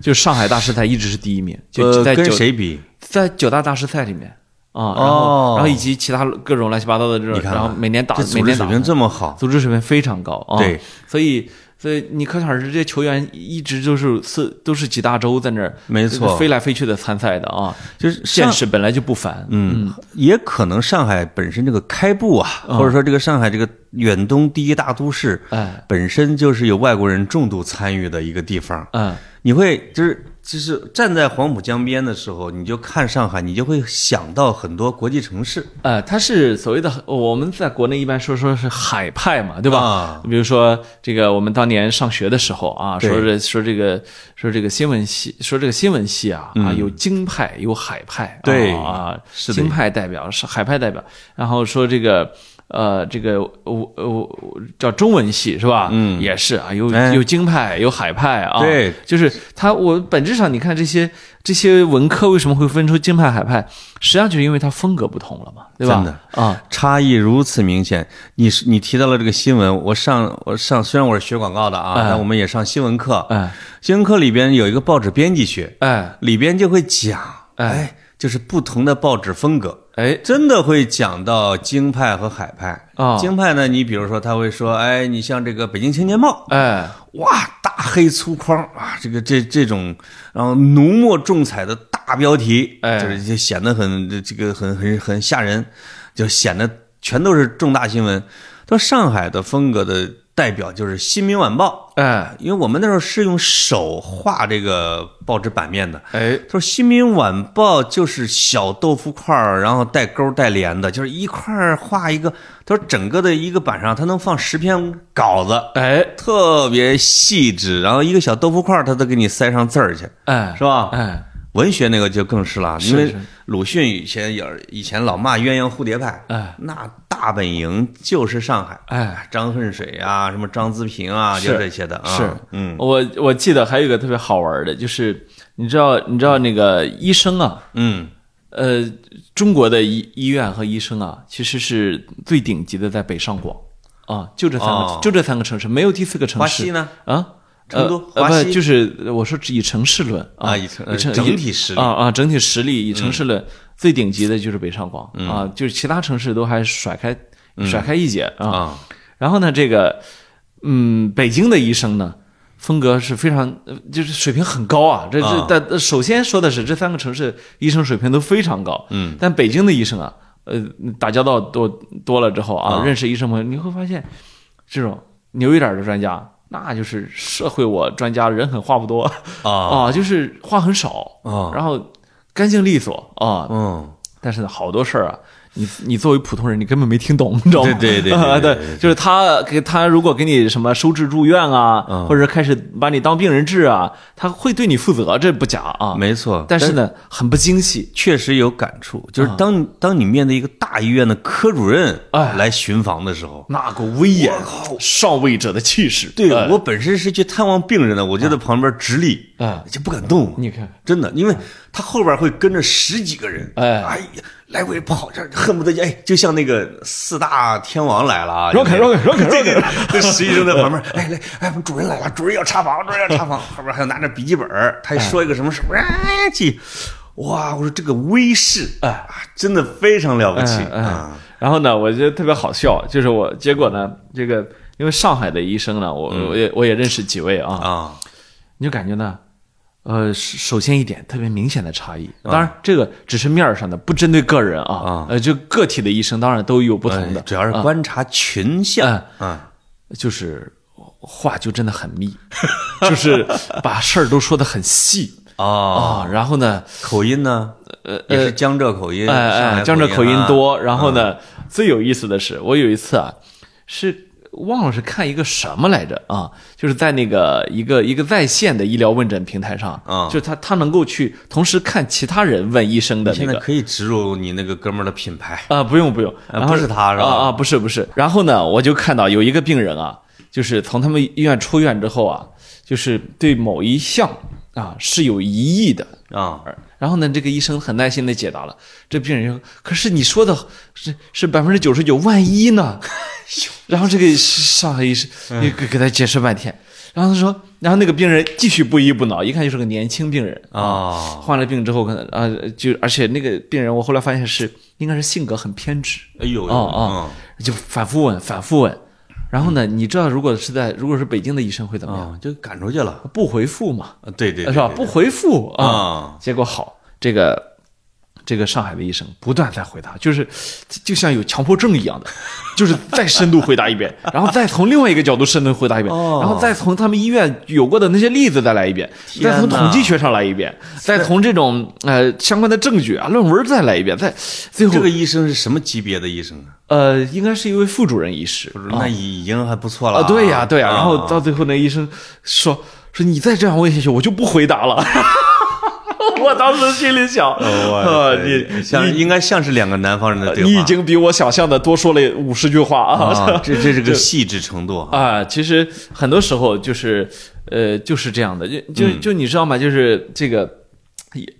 就上海大师赛一直是第一名，就
呃
在
跟
九
谁比？
在九大大师赛里面啊，然
哦
后然后以及其他各种乱七八糟的这种，
你看看
然后每年打
这组
每
织
年
水
打
平
分，
这么好，
组织水平非常高啊，
对，
所以。所以你可想而知，这些球员一直都是四都是几大洲在那儿，
没错
飞来飞去的参赛的啊，
就是
见
上
识本来就不凡，
嗯，也可能上海本身这个开埠啊，或者说这个上海这个远东第一大都市，
哎，
本身就是有外国人重度参与的一个地方。
嗯，
你会就是就是站在黄浦江边的时候，你就看上海，你就会想到很多国际城市。
呃，它是所谓的我们在国内一般说说是海派嘛，对吧？
啊
比如说这个我们当年上学的时候啊，
对
说这说这个说这个新闻系，说这个新闻系啊、啊有京派有海派，
嗯对
啊，啊
是的
京派代表是海派代表，然后说这个。呃，这个我我我叫中文系是吧？嗯，也是啊，有
哎
有京派，有海派啊。
对，
就是它，我本质上你看这些这些文科为什么会分出京派海派，实际上就是因为它风格不同了嘛，对吧？
真的
啊，
差异如此明显。你是你提到了这个新闻，我上我上虽然我是学广告的啊，但我们也上新闻课。
哎
新闻课里边有一个报纸编辑学，
哎
里边就会讲，
哎
哎，就是不同的报纸风格。
哎
真的会讲到京派和海派
哦
京派呢，你比如说他会说，哎，你像这个《北京青年报》，
哎
哇，大黑粗框啊，这个这这种，然后浓墨重彩的大标题，
哎
就是就显得很这这个很很很吓人，就显得全都是重大新闻。到上海的风格的代表就是《新民晚报》，
哎
因为我们那时候是用手画这个报纸版面的。
哎
他说，《新民晚报》就是小豆腐块儿，然后带勾带连的，就是一块儿画一个。他说，整个的一个版上，它能放十篇稿子。
哎
特别细致，然后一个小豆腐块儿，他都给你塞上字儿去，
哎
是吧？
哎
文学那个就更是了，
是
因为
是
鲁迅以前也以前老骂鸳鸯蝴蝶派，
哎
那大本营就是上海，
哎，
张恨水啊，什么张资平啊，
是
就这些的啊。
是
嗯，
我我记得还有一个特别好玩的，就是你知道你知道那个医生啊，
嗯，
呃，中国的医医院和医生啊，其实是最顶级的，在北上广啊，就这三个、
哦
就这三个城市，没有第四个城
华
市
西呢？
啊。
成都
呃呃
华
不
西
就是呃我说只以城市论啊，
啊以城呃
城
整
以
体实力嗯
啊啊，整体实力以城市论最顶级的就是北上广啊，就是其他城市都还甩开甩开一截啊。
嗯啊，
然后呢，这个嗯，北京的医生呢，风格是非常呃就是水平很高啊。这
啊
这但但首先说的是这三个城市医生水平都非常高，嗯，但北京的医生啊，呃，打交道多多了之后啊，认识医生朋友，你会发现这种牛一点的专家。那就是社会我专家人狠话不多
啊
就是话很少
啊
然后干净利索啊，
嗯，
但是呢，好多事儿啊，你你作为普通人，你根本没听懂，你知道吗？
对对对对
啊对
对对对
就是他给他如果给你什么收治住院啊，
嗯
或者开始把你当病人治啊，他会对你负责，这不假啊。
没错。
但是啊呢，很不精细。
确实有感触，就是当当你面对一个大医院的科主任
哎
来巡房的时候，
那个威严，上位者的气势。
对
哎
我本身是去探望病人的，我就在旁边直立
啊
就不敢动。
你看，
真的，因为他后边会跟着十几个人，
哎
哎呀，来回跑，这恨不得哎，就像那个四大天王来了啊，
让开
就那
让开让开
对对对这实习生在旁边，哎来，哎，我们主任来了，主任要查房，主任要查房， 后边还有拿着笔记本儿，他一说一个什么事儿，哎去，哇，我说这个威势，
哎
啊，真的非常了不起
嗯嗯
啊，
然后呢，我觉得特别好笑，就是我结果呢，这个因为上海的医生呢，我、
嗯
我也我也认识几位啊，
啊，
你就感觉呢，呃，首首先一点特别明显的差异，
嗯
当然这个只是面儿上的，不针对个人啊
啊，
呃，就个体的医生当然都有不同的
哎，主要是
啊
观察群像
嗯
啊，
就是话就真的很密， 就是把事儿都说得很细
哦，
啊，然后呢，
口音呢，
呃
也是江浙口音，
哎
上海
哎，江浙口音
啊，
多，然后呢，最有意思的是，我有一次啊，是忘了是看一个什么来着啊，就是在那个一个一个在线的医疗问诊平台上，
啊
就是他他能够去同时看其他人问医生的
现
那
在
个。
可以植入你那个哥们儿的品牌，
啊、不用不用，
呃
然后
不是他是吧
啊啊，不是不是。然后呢，我就看到有一个病人啊，就是从他们医院出院之后啊，就是对某一项啊是有疑义的，
啊，
然后呢，这个医生很耐心的解答了。这病人说：“可是你说的是是百分之九十九，万一呢？”然后这个上海医生
嗯
也给给他解释半天。然后他说，然后那个病人继续不依不挠，一看就是个年轻病人
哦
患了病之后，可能啊，就而且那个病人，我后来发现是应该是性格很偏执。
哎呦，
哦哦，就反复问，反复问。然后呢，你知道如果是在如果是北京的医生会怎
嗯
么样？
啊，就赶出去了，
不回复嘛。
啊对对，对
是吧？
对
不回复啊
啊，
结果好，这个这个上海的医生不断在回答，就是就像有强迫症一样的，就是再深度回答一遍， 然后再从另外一个角度深度回答一遍，
哦
然后再从他们医院有过的那些例子再来一遍，
天
再
哪
从统计学上来一遍，再从这种呃相关的证据啊论文再来一遍，再最后
这个医生是什么级别的医生啊？
呃应该是一位副主任医师，
不是，那已已经还不错了
啊，对呀，对呀。
啊
然后到最后，那医生说说你再这样问下去，我就不回答了。 我当时心里想，
哇
呃，
塞
你
像
你
应该像是两个南方人的对话，
你已经比我想象的多说了五十句话啊
啊，这这是个细致程度 啊，
啊！其实很多时候就是呃就是这样的，就就
嗯
就你知道吗？就是这个。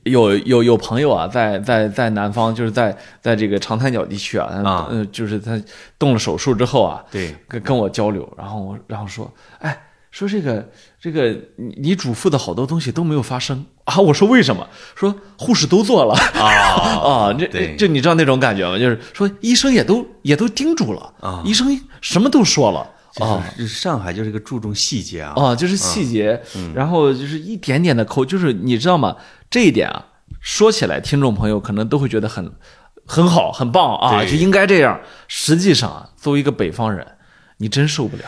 有有有朋友啊，在在在南方，就是在在这个长三角地区啊，
啊
嗯、就是他动了手术之后啊，
对，
跟跟我交流，然后我然后说，哎，说这个这个你你嘱咐的好多东西都没有发生 啊！我说为什么？说护士都做了啊 啊！这
对
这你知道那种感觉吗？就是说医生也都也都叮嘱了
啊
医生什么都说了啊。
就是上海就是个嗯注重细节啊，
啊，就是细节，然后就是一点点的抠，就是你知道吗？这一点啊，说起来，听众朋友可能都会觉得很很好、很棒啊，
对
就应该这样。实际上啊，作为一个北方人，你真受不了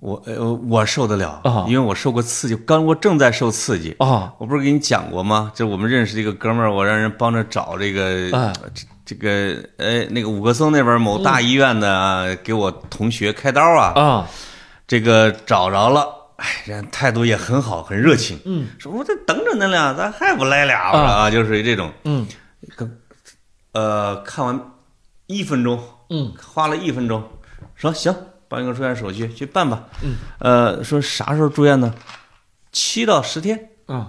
我呃我受得了
啊
因为我受过刺激，刚我正在受刺激
啊
我不是给你讲过吗？这我们认识的一个哥们儿，我让人帮着找这个，
啊
这这个，呃，那个五棵松那边某大医院的啊，给我同学开刀啊，
啊！
这个找着了。哎，人态度也很好，很热情。嗯，说我这等着恁俩，咱还不来俩吧？啊，就属于这种。
嗯，
跟呃，看完一分钟，
嗯，
花了一分钟，说行，办个住院手续去办吧。嗯，呃，说啥时候住院呢？七到十天。
啊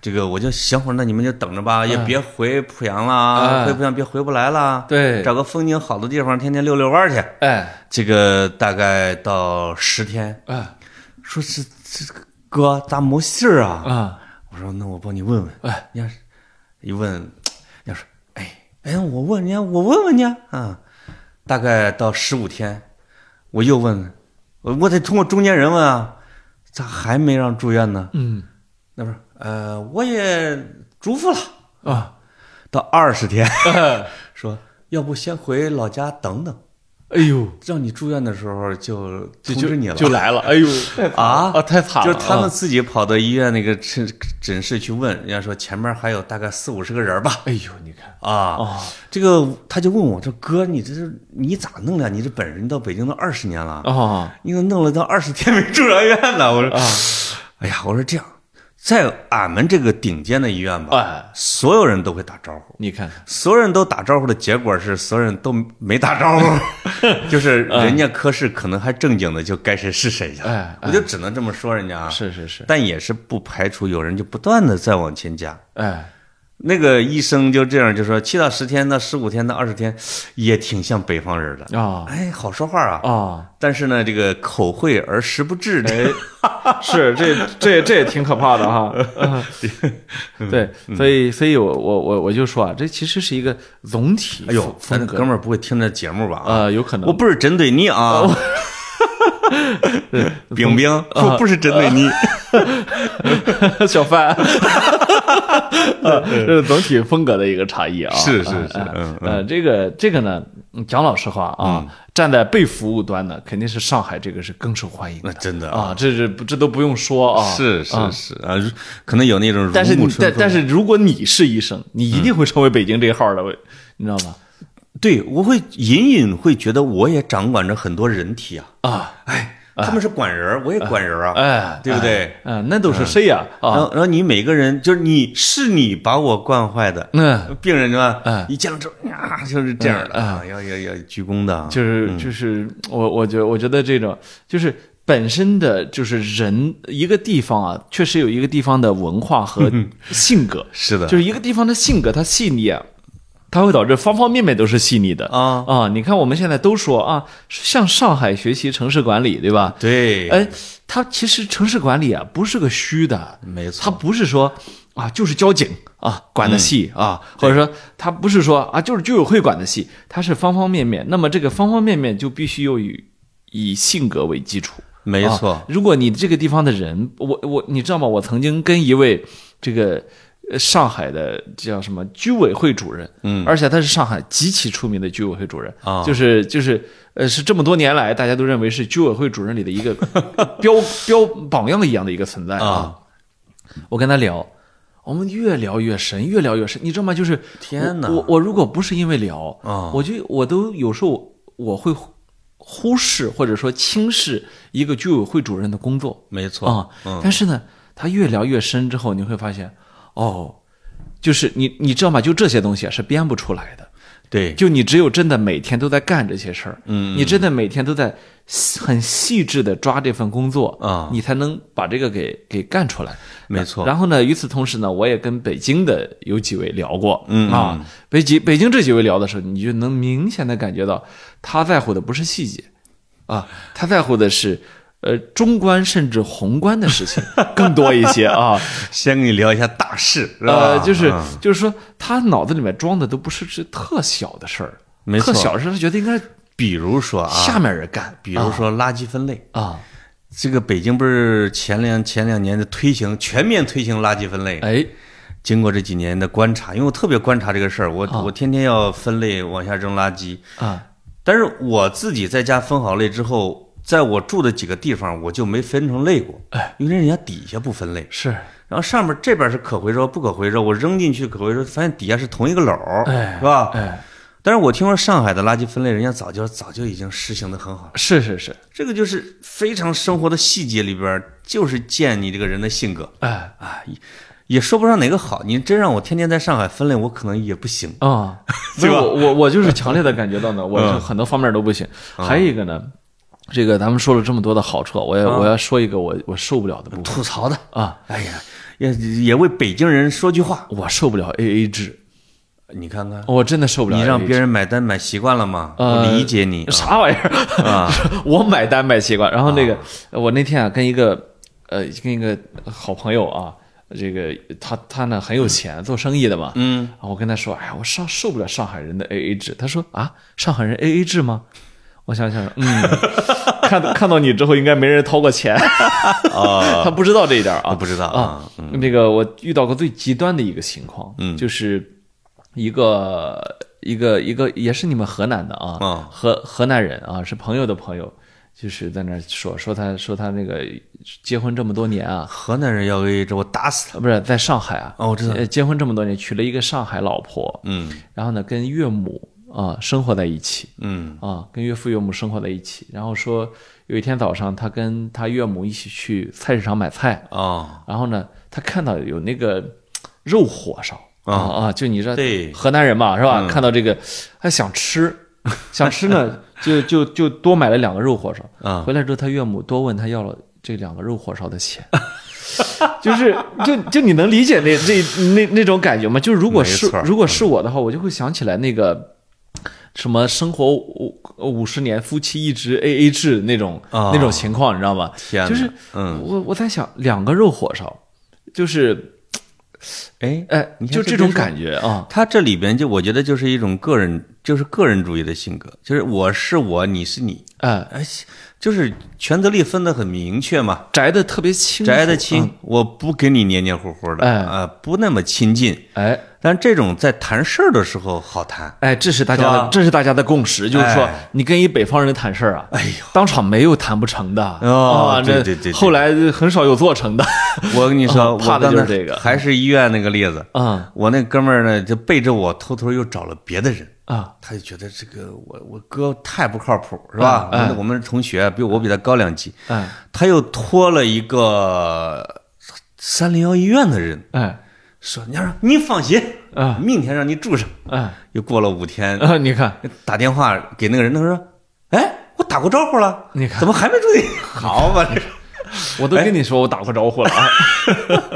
这个我就行，我说那你们就等着吧，也别回濮阳了，
哎
啊，回濮阳别回不来了。
对
找个风景好的地方，天天溜溜弯儿去。
哎
这个大概到十天，
哎
说是这个哥咋没信儿啊？
啊
我说那我帮你问问。
哎，
你要是一问，人家说哎哎，我问人家，我问问人家啊。大概到十五天，我又问了，我我得通过中间人问啊，咋还没让住院呢？
嗯
那边呃，我也嘱咐了。
啊，
到二十天，
哎
说要不先回老家等等，
哎呦，
让你住院的时候就
就
通
就
知你了。
就来了，哎呦
啊
啊，太惨
就
了，
是他们
啊，
自己跑到医院那个诊诊室去问，人家说前面还有大概四五十个人吧。
哎呦，你看
啊
啊，
这个他就问我说：“哥，你这是你咋弄的？你这本人到北京都二十年了，
啊
你怎么弄了到二十天没住上院呢？”我说：“哎呀，我说这样，在俺们这个顶尖的医院吧，
哎，
所有人都会打招呼。”
你看看
所有人都打招呼的结果是，所有人都没打 招呼，就是人家科室可能还正经的就该谁是谁去了，
哎哎
我就只能这么说人家啊。
是是是，
但也是不排除有人就不断的再往前加。
哎
那个医生就这样就说，七到十天到十五天到二十天，也挺像北方人的，
啊
哎，好说话啊。
啊。
但是呢，这个口惠而实不至的，
哎是，这这这也挺可怕的 哈。嗯对，所以所以我我我我就说啊，这其实是一个总体
哎呦，咱
风
这
格
哥们儿不会听这节目吧？啊，
呃，有可能
我不是针对你啊，
哦
冰冰，不不是针对
哦
你。
小 范， 呃这是总体风格的一个差异啊。
是是是
呃
嗯
呃，这个这个呢，嗯讲老实话啊，站在被服务端呢，肯定是上海这个是更受欢迎
那
的
真的，
啊，这是这都不用说啊。
是是
啊
是啊，如可能有那种
但是
如沐
你
春
但
风啊嗯
但是如果你是医生，你一定会成为北京这一号的，你知道吗？
对我会隐隐会觉得我也掌管着很多人体啊。
啊，
哎，他们是管人儿，我也管人儿啊，
哎，
对不对？嗯
哎？啊，那都是谁呀？
然
啊，
后，然后你每个人就是你是你把我惯坏的，
嗯，
病人吧，
嗯
一见了之后呀，就是这样的
嗯
啊，要要要鞠躬的啊，
就是就是我我觉我觉得这种就是本身的就是人一个地方啊，确实有一个地方的文化和
嗯
性格，
是的，
就是一个地方的性格它细腻啊，它会导致方方面面都是细腻的
啊，
啊。你看我们现在都说啊，向上海学习城市管理，对吧？
对，
哎，它其实城市管理啊不是个虚的，
没
它
错，
不是说啊就是交警啊管的细
嗯
啊，或者说它不是说啊就是居委会管的细，它是方方面面。那么这个方方面面就必须有以以性格为基础。
没
啊
错，
如果你这个地方的人，我我你知道吗？我曾经跟一位这个呃上海的叫什么居委会主任，
嗯
而且他是上海极其出名的居委会主任，
啊
就是就是呃是这么多年来大家都认为是居委会主任里的一 个标标榜样一样的一个存在
啊。
我跟他聊，我们越聊越深，越聊越深，你知道吗？就是
天哪
我我我如果不是因为聊，
啊
我就我都有时候我会忽忽视或者说轻视一个居委会主任的工作
没错，嗯
啊、但是呢，他越聊越深之后，你会发现，哦，就是你你知道吗？就这些东西啊是编不出来的。
对，
就你只有真的每天都在干这些事儿，嗯，你真的每天都在很细致的抓这份工作
啊
你才能把这个给给干出来。
没错，
然后呢，与此同时呢，我也跟北京的有几位聊过，嗯啊，北京北京这几位聊的时候，你就能明显的感觉到，他在乎的不是细节，啊，他在乎的是。呃，中观甚至宏观的事 情更多一些啊，
先跟你聊一下大事，是吧
呃，就是
嗯
就是说，他脑子里面装的都不是是特小的事儿，
没
特
错
小的事儿，他觉得应该
比如说啊，
下面人干，
比如说垃圾分类，
啊，
这个北京不是前两前两年的推行全面推行垃圾分类，
哎，
经过这几年的观察，因为我特别观察这个事儿，我、
哦
我天天要分类往下扔垃圾，
啊，
但是我自己在家分好类之后，在我住的几个地方我就没分成类过，
哎
因为人家底下不分类，
是，
然后上面这边是可回收不可回收，我扔进去可回收，发现底下是同一个篓儿，
哎
是吧？
哎，
但是我听说上海的垃圾分类，人家早就早就已经实行的很好了。
是是是，
这个就是非常生活的细节里边儿，就是见你这个人的性格
哎，
啊，也也说不上哪个好。你真让我天天在上海分类，我可能也不行。
啊，
对吧嗯
我我我就是强烈的感觉到呢，我是很多方面都不行。还有一个呢，这个咱们说了这么多的好处，我
嗯
要我要说一个我我受不了的部分
吐槽的，
啊，
哎呀，也也为北京人说句话。
我受不了 A A 制，
你看看，
我真的受不了 AA
你
制。
让别人买单买习惯了吗？
呃
我理解你啊
啥玩意儿
啊？
我买单买习惯。然后那个，我那天啊跟一个呃跟一个好朋友啊，这个他他呢很有钱，做生意的嘛。嗯，我跟他说，哎呀，我上受不了上海人的 AA 制。他说啊，上海人 AA 制吗？我想想，嗯，看看到你之后，应该没人掏过钱，
啊！
他不知道这一点儿啊
我。不知道
啊
啊，，
那个我遇到过最极端的一个情况，嗯，就是一个一个一个也是你们河南的啊，
啊
河河南人啊，是朋友的朋友，就是在那儿说说他说他那个结婚这么多年啊，
河南人要 AA 制，我打死他。
啊不是在上海啊，
哦我知道
呃结婚这么多年娶了一个上海老婆，
嗯
然后呢跟岳母啊生活在一起，
嗯
啊，跟岳父岳母生活在一起，然后说有一天早上他跟他岳母一起去菜市场买菜，
哦，
然后呢，他看到有那个嘖肉火烧啊
啊
啊，就你知道
对
河南人嘛是
嗯
吧？看到这个，他想吃， 想吃呢，就就就多买了两个肉火烧。
啊
回来之后，他岳母多问他要了这两个肉火烧的钱。 就是，就就你能理解那那那那种感觉吗？就是如果
没
是
错
如果是我的话，我就会想起来那个什么生活五五十年，夫妻一直 A A 制那种、
啊
那种情况，你知道吗？
天哪！
就是
嗯，
我我在想，两个肉火烧，就是
哎
哎，
你看
就
这
这种
边说
感觉啊，
他这里边就我觉得就是一种个人，就是个人主义的性格，就是我是我，你是你，
哎，
哎，就是权责力分得很明确嘛，
宅的特别清，
宅得清，我不跟你黏黏糊糊的，
嗯哎
啊，不那么亲近。
哎，
但但这种在谈事儿的时候 好谈。
哎，这是大家
是
的
吧，
这是大家的共识，就是说
哎，
你跟一北方人谈事儿啊，哎呦，当场没有谈不成的
哦
啊
对
这
对对对
后来很少有做成的
我跟你说，
哦
我
怕的就是
刚才
这个
还是医院那个例子。
啊
我那哥们儿呢，就背着我偷偷又找了别的人，
啊
他就觉得这个我我哥太不靠谱，是吧？
嗯嗯
我们是同学，比我比他高两级，
哎
他又托了一个三零幺医院的人
哎
说：“你让你放心，
嗯
明天让你住上。”
哎
又过了五天，
啊！你看，
打电话给那个人，他说：“哎，我打过招呼了，
你看
怎么还没住进？ 好吧， 这是
我都跟你说我打过招呼了
哎
啊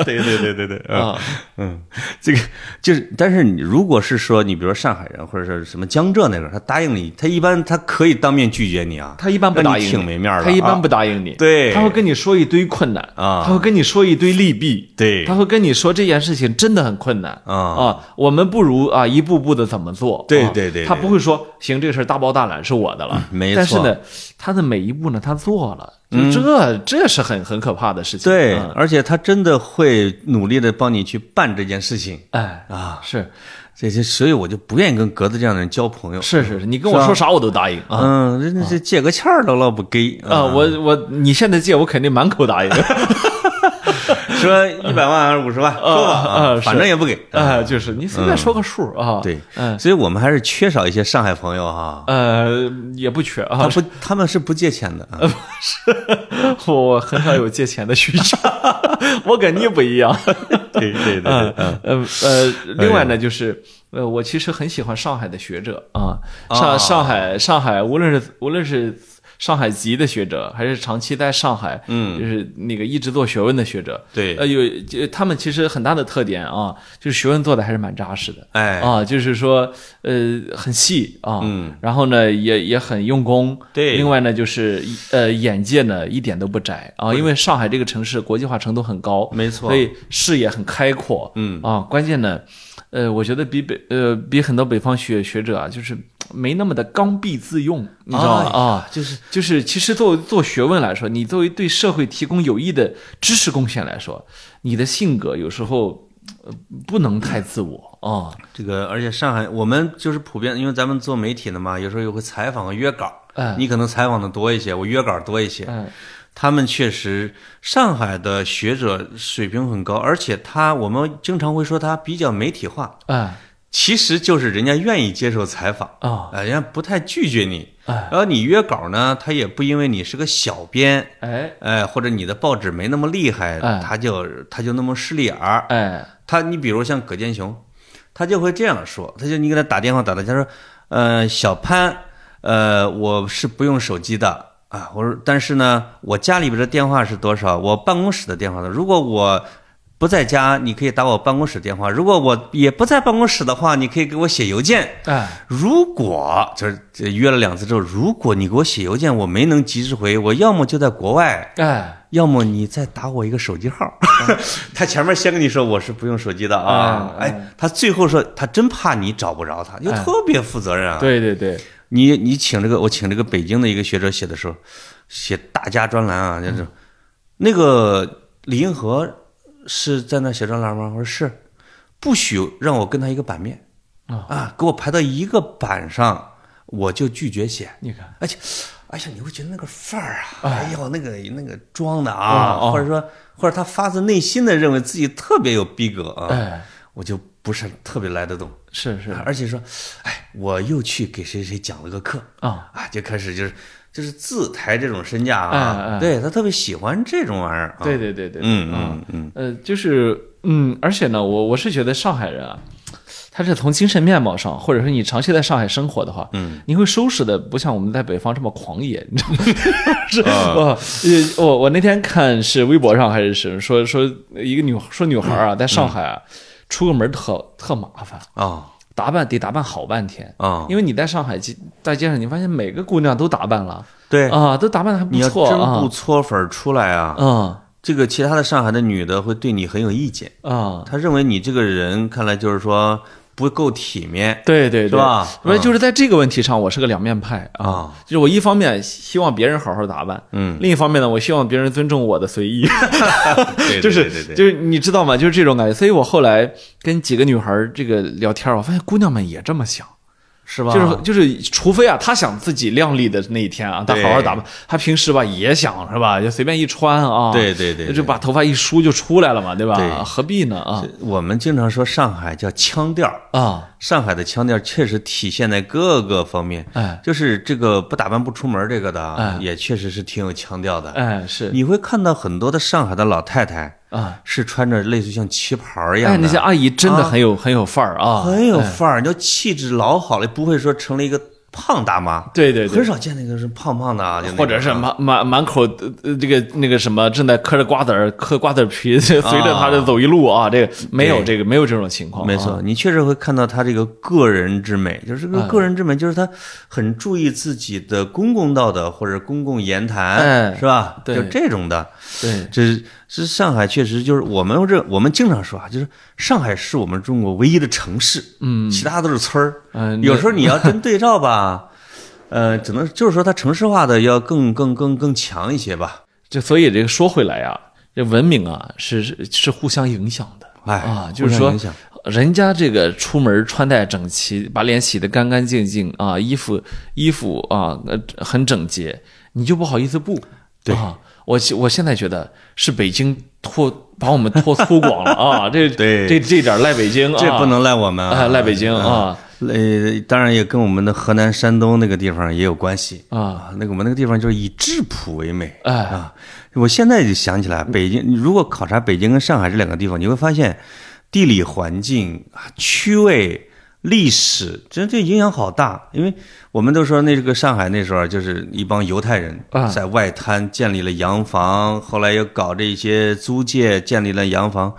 对对对对对，
啊，
嗯，这个就是，但是你如果是说你比如说上海人或者是什么江浙那边，他答应你，他一般他可以当面拒绝你啊，
他一般不答
那
应
你
你，
挺没面儿的啊
他一般不答应你，
对
他会跟你说一堆困难
啊
他会跟你说一堆利弊，
对
他会跟你说这件事情真的很困难
啊
我们不如啊一步步的怎么做，
对
啊
对对对
他不会说行这个事儿大包大揽是我的了，
嗯没错嗯
但是呢，他的每一步呢他做了，就这这是很很可怕的事情，
对，
嗯
而且他真的会努力的帮你去办这件事情
哎
啊，
是
这些，所以我就不愿意跟格子这样的人交朋友。
是是是，你跟我
是啊
说啥我都答应啊。
嗯，这这借个欠儿都老不给
啊，我我你现在借我肯定满口 答应，
呃说一百万还是五十万，说吧，
啊
啊
是
反正也不给。嗯
啊，就是你随便说个数啊，
对
嗯，，
所以我们还是缺少一些上海朋友哈，
呃，也不缺啊
他，不，他们是不借钱的
嗯
啊。
我很少有借钱的需 求，我跟你不一样。
对对对
嗯
对，
呃呃，另外呢，就是呃，我其实很喜欢上海的学者啊，
哎啊
上上海上海，无论是无论是上海籍的学者，还是长期在上海，
嗯
就是那个一直做学问的学者，
对
呃，有就他们其实很大的特点啊，就是学问做的还是蛮扎实的，
哎，
啊，就是说，呃，很细啊，
嗯，
然后呢，也也很用功，
对
另外呢，就是呃，眼界呢一点都不窄啊，因为上海这个城市国际化程度很高，
没错
所以视野很开阔，
嗯
啊，关键呢，呃，我觉得比北呃比很多北方学学者啊，就是没那么的刚愎自用，你知道吗？
哎呀
啊，
就是
就是其实作为做学问来说，你作为对社会提供有益的知识贡献来说，你的性格有时候呃不能太自我啊。
这个，而且上海我们就是普遍，因为咱们做媒体的嘛，有时候也会采访和约稿。
哎
你可能采访的多一些，我约稿多一些。
嗯
他们确实，上海的学者水平很高，而且他我们经常会说他比较媒体化，
哎
其实就是人家愿意接受采访，
啊
啊，人家不太拒绝你。
哎
然后你约稿呢，他也不因为你是个小编，
哎
哎，或者你的报纸没那么厉害，
哎
他就他就那么势利眼儿。
哎
他，你比如像葛剑雄，他就会这样说，他就你给他打电话打的，他说，呃，小潘，呃，我是不用手机的啊，我说，但是呢，我家里边的电话是多少？我办公室的电话呢？如果我不在家，你可以打我办公室电话；如果我也不在办公室的话，你可以给我写邮件。
哎
如果就是这约了两次之后，如果你给我写邮件，我没能及时回，我要么就在国外，
哎
要么你再打我一个手机号， 他前面先跟你说我是不用手机的啊，
哎
哎，他最后说他真怕你找不着他，就
哎
特别负责任啊。，
对对对，
你你请这个我请这个北京的一个学者写的时候，写大家专栏啊，就是那个李银河是在那写专栏吗？我说是，不许让我跟他一个版面
啊
啊，给我排到一个版上，我就拒绝写。
你看，
而且，哎呀，你会觉得那个范儿啊，哎呦，那个那个装的啊，
嗯嗯
或者说，或者他发自内心的认为自己特别有逼格啊，
哎嗯
我就不是特别来得动。
是是
而且说，哎，我又去给谁谁讲了个课
啊
啊，就开始就是就是自抬这种身价
哎
啊，
哎
对他特别喜欢这种玩意儿啊。
对，对对对，
嗯
啊
嗯嗯，
呃，就是嗯，而且呢，我我是觉得上海人啊，他是从精神面貌上，或者说你长期在上海生活的话，嗯，你会收拾的不像我们在北方这么狂野，你知道吗？ 是
啊
我呃我我那天看是微博上还是什么说说一个女说女孩啊，在上海啊，出个门特特麻烦，
哦
打扮得打扮好半天。
哦，
因为你在上海街大街上，你发现每个姑娘都打扮了
对，
啊，都打扮的还不
你要
错
真不
啊，
搓粉儿出来啊，
嗯
这个其他的上海的女的会对你很有意见。
啊
他认为你这个人看来就是说不够体面
对对对，
是吧
所以
嗯
就是在这个问题上，我是个两面派啊，
啊。
就是我一方面希望别人好好打扮，
嗯，
另一方面呢，我希望别人尊重我的随意，
对
就
对对
是
对
就是
对，
你知道吗？就是这种感觉。所以我后来跟几个女孩儿这个聊天儿，我发现姑娘们也这么想。
是吧？
就是就是，除非啊，她想自己靓丽的那一天啊，她好好打扮。她平时吧也想是吧，就随便一穿啊，
对对对对
就把头发一梳就出来了嘛，对吧？
对
何必呢啊
我们经常说上海叫腔调儿，
啊
上海的腔调儿确实体现在各个方面。
哎
就是这个不打扮不出门儿这个的啊
哎，
也确实是挺有腔调的。
哎是
你会看到很多的上海的老太太
啊，
是穿着类似像旗袍儿一
哎
样
那些
的，
阿姨真的很有很有范儿啊，
很有范儿，你就气质老好了，不会说成了一个胖大妈。
对对
很
对。
少见那个是胖胖的啊，就那种
或者是满满满口呃这个那个什么正在嗑着瓜子儿嗑瓜子儿皮， 随着他的走一路啊，这个没有
对
这个没有这种情况啊，
没错，你确实会看到他这个个人之美，就是这
哎
个个人之美，就是他很注意自己的公共道德或者公共言谈，
哎
是吧？
对
就这种的，
对
这是这上海确实就是我们这我们经常说啊，就是上海是我们中国唯一的城市，嗯，其他都是村儿。
嗯
有时候你要真对照 吧，呃，只能就是说它城市化的要更更更更强一些吧。
就所以这个说回来呀、这文明啊是是是互相影响的。
哎
啊，
互
就是
相
说
影响，
人家这个出门穿戴整齐，把脸洗得干干净净啊，衣服衣服啊呃很整洁，你就不好意思不。
对
啊，我现我现在觉得是北京脱把我们脱粗犷了 啊，这
对
这这点儿赖北京啊，
这不能赖我们啊，
啊赖北京啊
呃，当然也跟我们的河南、山东那个地方也有关系
啊。
那个我们那个地方就是以质朴为美
哎
啊。我现在就想起来，
嗯
北京，你如果考察北京跟上海这两个地方，你会发现地理环境、啊区位、历史，真这影响好大。因为我们都说那个上海那时候就是一帮犹太人
啊
在外滩建立了洋房，后来又搞这些租界，建立了洋房。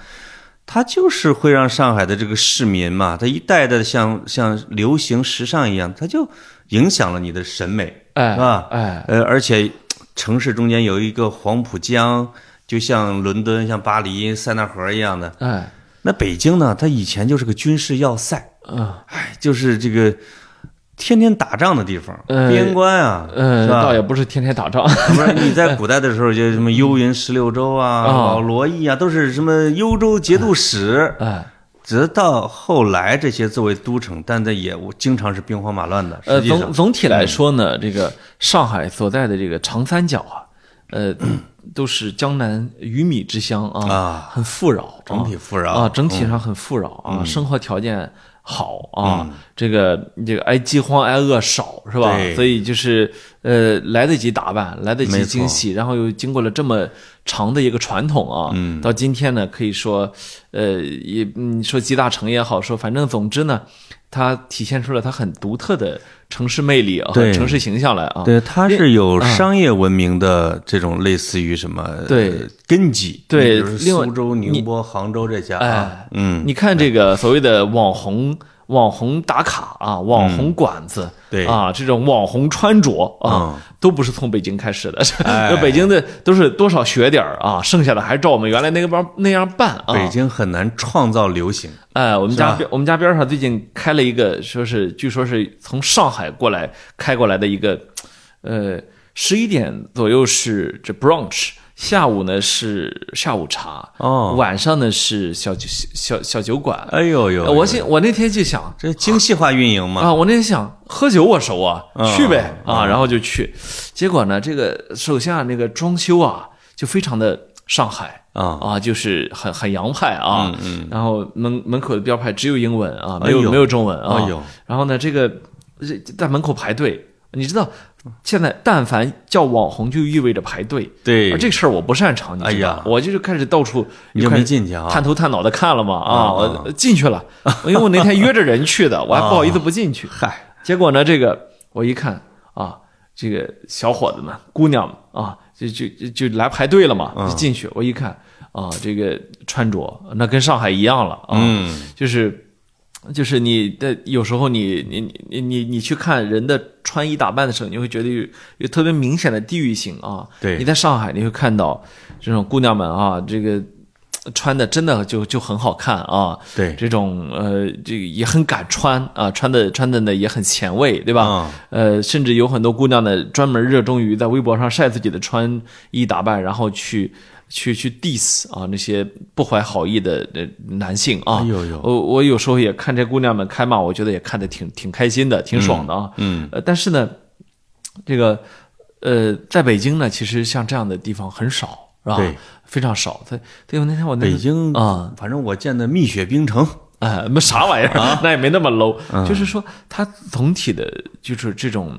它就是会让上海的这个市民嘛，它一代代的像像流行时尚一样，它就影响了你的审美，
哎
是吧？
哎
呃，而且嘖城市中间有一个黄浦江，就像伦敦、像巴黎塞纳河一样的。
哎
那北京呢，它以前就是个军事要塞，
啊
哎，就是这个天天打仗的地方，
呃
边关啊，
嗯，
是吧？
倒也不是天天打仗，
不是你在古代的时候，就什么幽云十六州啊、
啊
老罗邑啊，都是什么幽州节度使。
哎。
直到后来，这些作为都城，但这也经常是兵荒马乱的。
呃，
实际
总
上，
总体来说呢，这个上海所在的这个长三角啊，呃，都是江南鱼米之乡啊，
啊
很富饶啊，
整体富饶
啊，整
嗯
体上很富饶啊，生活条件好啊，
嗯
这个这个挨饥荒挨饿少是吧？
对
所以就是呃，来得及打扮，来得
没
及
错
惊喜，然后又经过了这么长的一个传统啊，
嗯
到今天呢，可以说呃，也你说集大成也好，说反正总之呢。它体现出了它很独特的城市魅力啊，
对
城市形象来啊。
对，它是有商业文明的这种类似于什么
对
呃根基，
对
你比如
另外
苏州、
你
宁波、杭州这家啊
哎，
嗯，
你看这个所谓的网红网红打卡啊，网红
嗯
馆子，
对
啊，这种网红穿着啊，
嗯
都不是从北京开始的，
哎
就北京的都是多少学点儿啊，剩下的还照我们原来那个帮那样办啊。
北京很难创造流行，
哎，我们
是
家
吧
边我们家边上最近开了一个，说是据说是从上海过来开过来的一个，呃，十一点左右是这 brunch，下午呢是下午茶，
哦
晚上呢是小酒小小酒馆。
哎呦呦，
呃我
呦
现我那天就想
这精细化运营嘛，
啊，我那天想喝酒我熟啊，
嗯
去呗啊，然后就去，结果呢，这个首先啊，那个装修啊，就非常的上海。
啊，嗯
啊，就是很很洋派啊，然后门门口的标牌只有英文啊，没有、
哎呦
没有中文啊，
哎呦
然后呢，这个这在门口排队，你知道，现在但凡叫网红就意味着排队，
对
而，这事儿我不擅长，你知道，
哎呀
我就是开始到处
你就
开
没
始
进去啊？
探头探脑的看了嘛啊，
啊
我进去 了，因为我那天约着人去的，我还不好意思不进去，
嗨，
结果呢，这个我一看啊，这个小伙子们、姑娘们啊，就就就就来排队了
嗯
嘛，就进去。我一看啊，这个穿着那跟上海一样了啊，
嗯，
就是就是你的有时候你你你你你你去看人的穿衣打扮的时候，你会觉得有有特别明显的地域性啊。
对
你在上海你会看到这种姑娘们啊，这个穿的真的就就很好看啊。
对
这种呃，这个也很敢穿啊，穿的穿的呢也很前卫，对
嗯
吧？
啊
呃，甚至有很多姑娘呢，专门热衷于在微博上晒自己的穿衣打扮，然后去去去 diss 啊那些不怀好意的呃男性啊。
哎呦呦
我我有时候也看这姑娘们开骂，我觉得也看得挺挺开心的，挺爽的啊。
嗯，
呃，但是呢，这个呃，在北京呢，其实像这样的地方很少，是吧？
对，
非常少。他，对我那天我那
北京
啊，
反正我见的蜜雪冰城，
哎，那啥玩意儿？
啊
那也没那么 low，、就是
嗯
说它总体的，就是这种。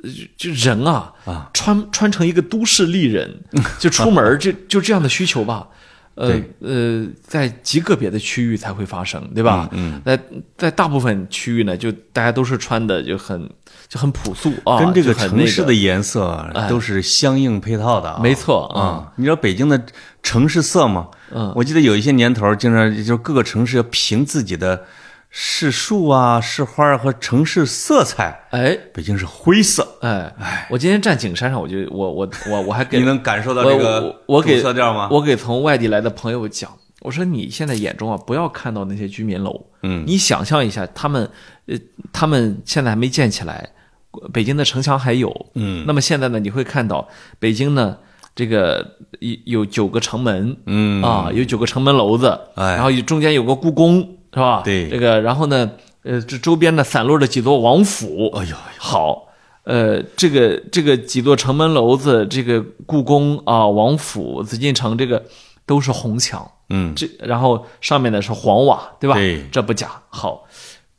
呃就人啊，
啊
穿穿成一个都市丽人，就出门儿就就这样的需求吧，呃
对
呃，在极个别的区域才会发生，对吧？嗯，在在大部分区域呢，就大家都是穿的就很就很朴素啊，
跟这
就
个
很
城市的
那
颜色啊都是相应配套的啊。
个没错啊，
啊，你知道北京的城市色吗？
嗯，
我记得有一些年头儿，经常就是各个城市要评自己的市树啊、市花儿和城市色彩。
哎
北京是灰色，
哎我今天站景山上，我就我我我我还给
你能感受到
我
这个
我我给
主色调吗？
我给从外地来的朋友讲，我说你现在眼中啊，不要看到那些居民楼，
嗯
你想象一下，他们呃，他们现在还没建起来，北京的城墙还有，
嗯
那么现在呢，你会看到北京呢，这个有有九个城门，
嗯
啊，有九个城门楼子，
哎
然后中间有个故宫，是吧？
对
这个然后呢，呃，这周边呢散落着几座王府，
哎呦哎呦
好，呃，这个这个几座城门楼子，这个故宫啊、王府、紫禁城，这个都是红墙，
嗯，
这然后上面呢是黄瓦，对吧？
对
这不假，好，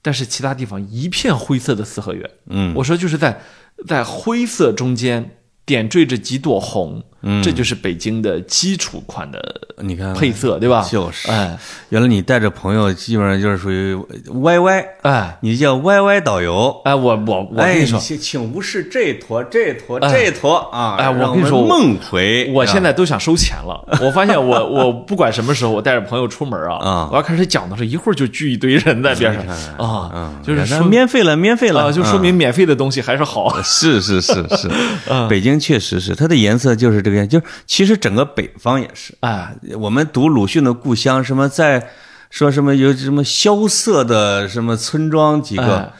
但是其他地方一片灰色的四合院，
嗯，
我说就是在在灰色中间点缀着几朵红，嗯，这就是北京的基础款的
你看
配色，对吧？
嗯就是
哎
原来你带着朋友，基本上就是属于 YY，
哎
你叫 YY 导游。
哎，我我我
哎，
跟你说，
请请无视这坨、这坨、
哎
这坨啊！
哎我
让
跟你
们
说我
梦回，
我现
在
在都想收钱了。我发现 我我不管什么时候，我带着朋友出门啊
啊，
我要开始讲的时候，一会儿就聚一堆人在边上
嗯
啊，就是说
免费了，免费
啊，
了，
就说明免费的东西还是好。
是 是是是，
嗯
北京确实是它的颜色就是这个样，就是其实整个北方也是。
哎，
我们读鲁迅的故乡，什么在说什么有什么萧瑟的什么村庄几个
哎，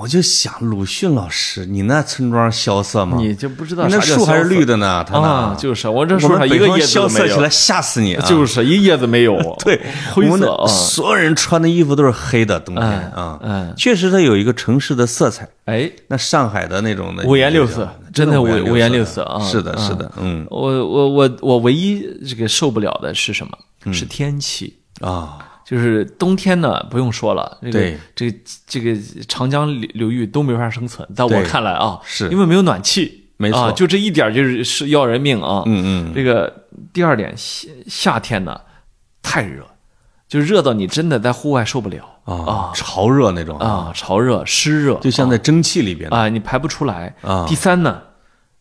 我就想鲁迅老师，你那村庄萧瑟吗？
你就不知道
你那
啥叫
树还是
萧瑟
绿的呢？他
啊
那，
就是我这
我
树
们
上一
北
个
方
叶子
萧
都
瑟
没
起来
有，
吓死你 啊！
就是一叶子没有。
对
灰
我们
色
那
啊。
所有人穿的衣服都是黑的，冬天
哎
啊
哎，
确实它有一个城市的色彩。
哎，
那上海的那种的
五颜六色
真
真的
五
五
颜
五颜六色
色的
啊
是的，
啊
是的，嗯
我我我我唯一这个受不了的是什么？
嗯
是天气。
啊，
就是冬天呢，不用说了，这个
对
这个这个长江流流域都没法生存，在我
对
看来啊，
是
因为没有暖气，
没错
啊就这一点就是是要人命啊。
嗯嗯，
这个第二点，夏夏天呢太热，就热到你真的在户外受不了
啊，潮热那种，
啊，潮热、湿热，
就像在蒸汽里边的
啊，你排不出来
啊
第三呢，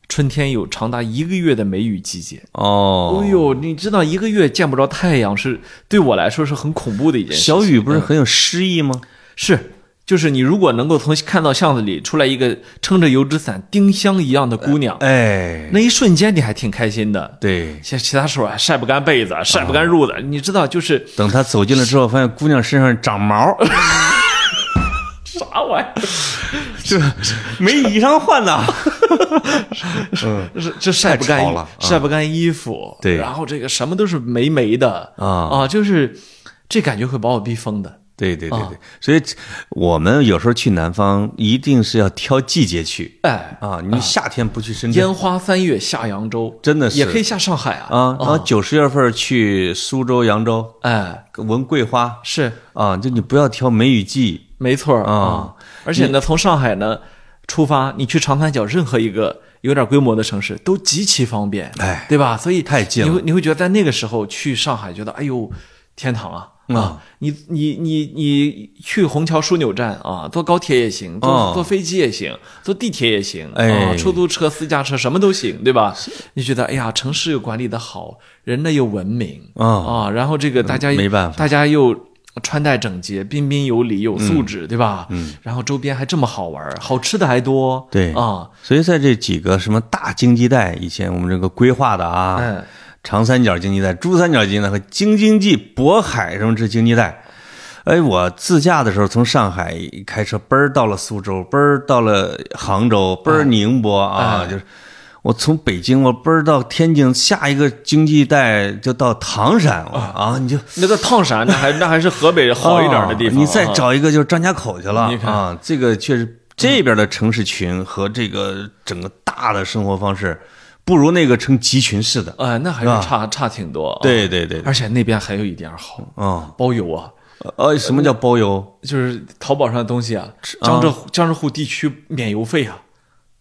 春天有长达一个月的梅雨季节。
哦
哎。呦，你知道一个月见不着太阳是对我来说是嗯很恐怖的一件事情。
小雨不是很有诗意吗？
是，就是你如果能够从看到巷子里出来一个撑着油纸伞、丁香一样的姑娘，
哎，
那一瞬间你还挺开心的。
对，
其其他时候啊，晒不干被子，晒不
啊
干褥子，你知道就是
等他走进来之后，发现姑娘身上长毛，
啥玩意
没衣裳 换嗯呐。
儿？这这晒不
太
干
潮了啊
晒不干衣服，
对
然后这个什么都是霉霉的
啊
就是这感觉会把我逼疯的。
对对对
啊
对，所以我们有时候去南方，一定是要挑季节去
哎，
啊。你夏天不去深圳
烟花三月下扬州，
嗯真的是
也可以下上海啊
啊，然后九十月份去苏州、扬州
哎，
闻桂花，
是
啊，就你不要挑梅雨季
没错儿
啊
而且呢，从上海呢出发，你去长三角任何一个有点规模的城市都极其方便，
哎
对吧？所以
太近
你
了
会你会觉得在那个时候去上海，觉得哎呦天堂啊！
嗯
啊，你你你你去虹桥枢纽站啊，坐高铁也行，坐、
哦
坐飞机也行，坐地铁也行，
哎
啊，出租车、私家车什么都行，对吧？你觉得哎呀，城市又管理的好，人呢又文明啊、
哦
然后这个大家、
没办法
大家又穿戴整洁、彬彬有礼、有素质，对吧？嗯，然后周边还这么好玩儿，好吃的还多，
对
啊，
所以在这几个什么大经济带，以前我们这个规划的啊，
嗯，
长三角经济带、珠三角经济带和京津冀、渤海什么这经济带。哎，我自驾的时候从上海开车，嘣儿到了苏州，嘣儿到了杭州，嘣
嗯
儿宁波啊，就是我从北京我嘣儿到天津，下一个经济带就到唐山我啊，你就
那个烫山，那还那还是河北好一点的地方啊。
哦你再找一个就是张家口去了
你看
啊，这个确实这边的城市群和这个整个大的生活方式，不如那个成集群式的。
哎，那还是差差挺多啊。
对对对，
而且那边还有一点好，
嗯，
包邮啊，
呃，什么叫包邮？
就是淘宝上的东西啊，江浙江浙沪地区免邮费啊，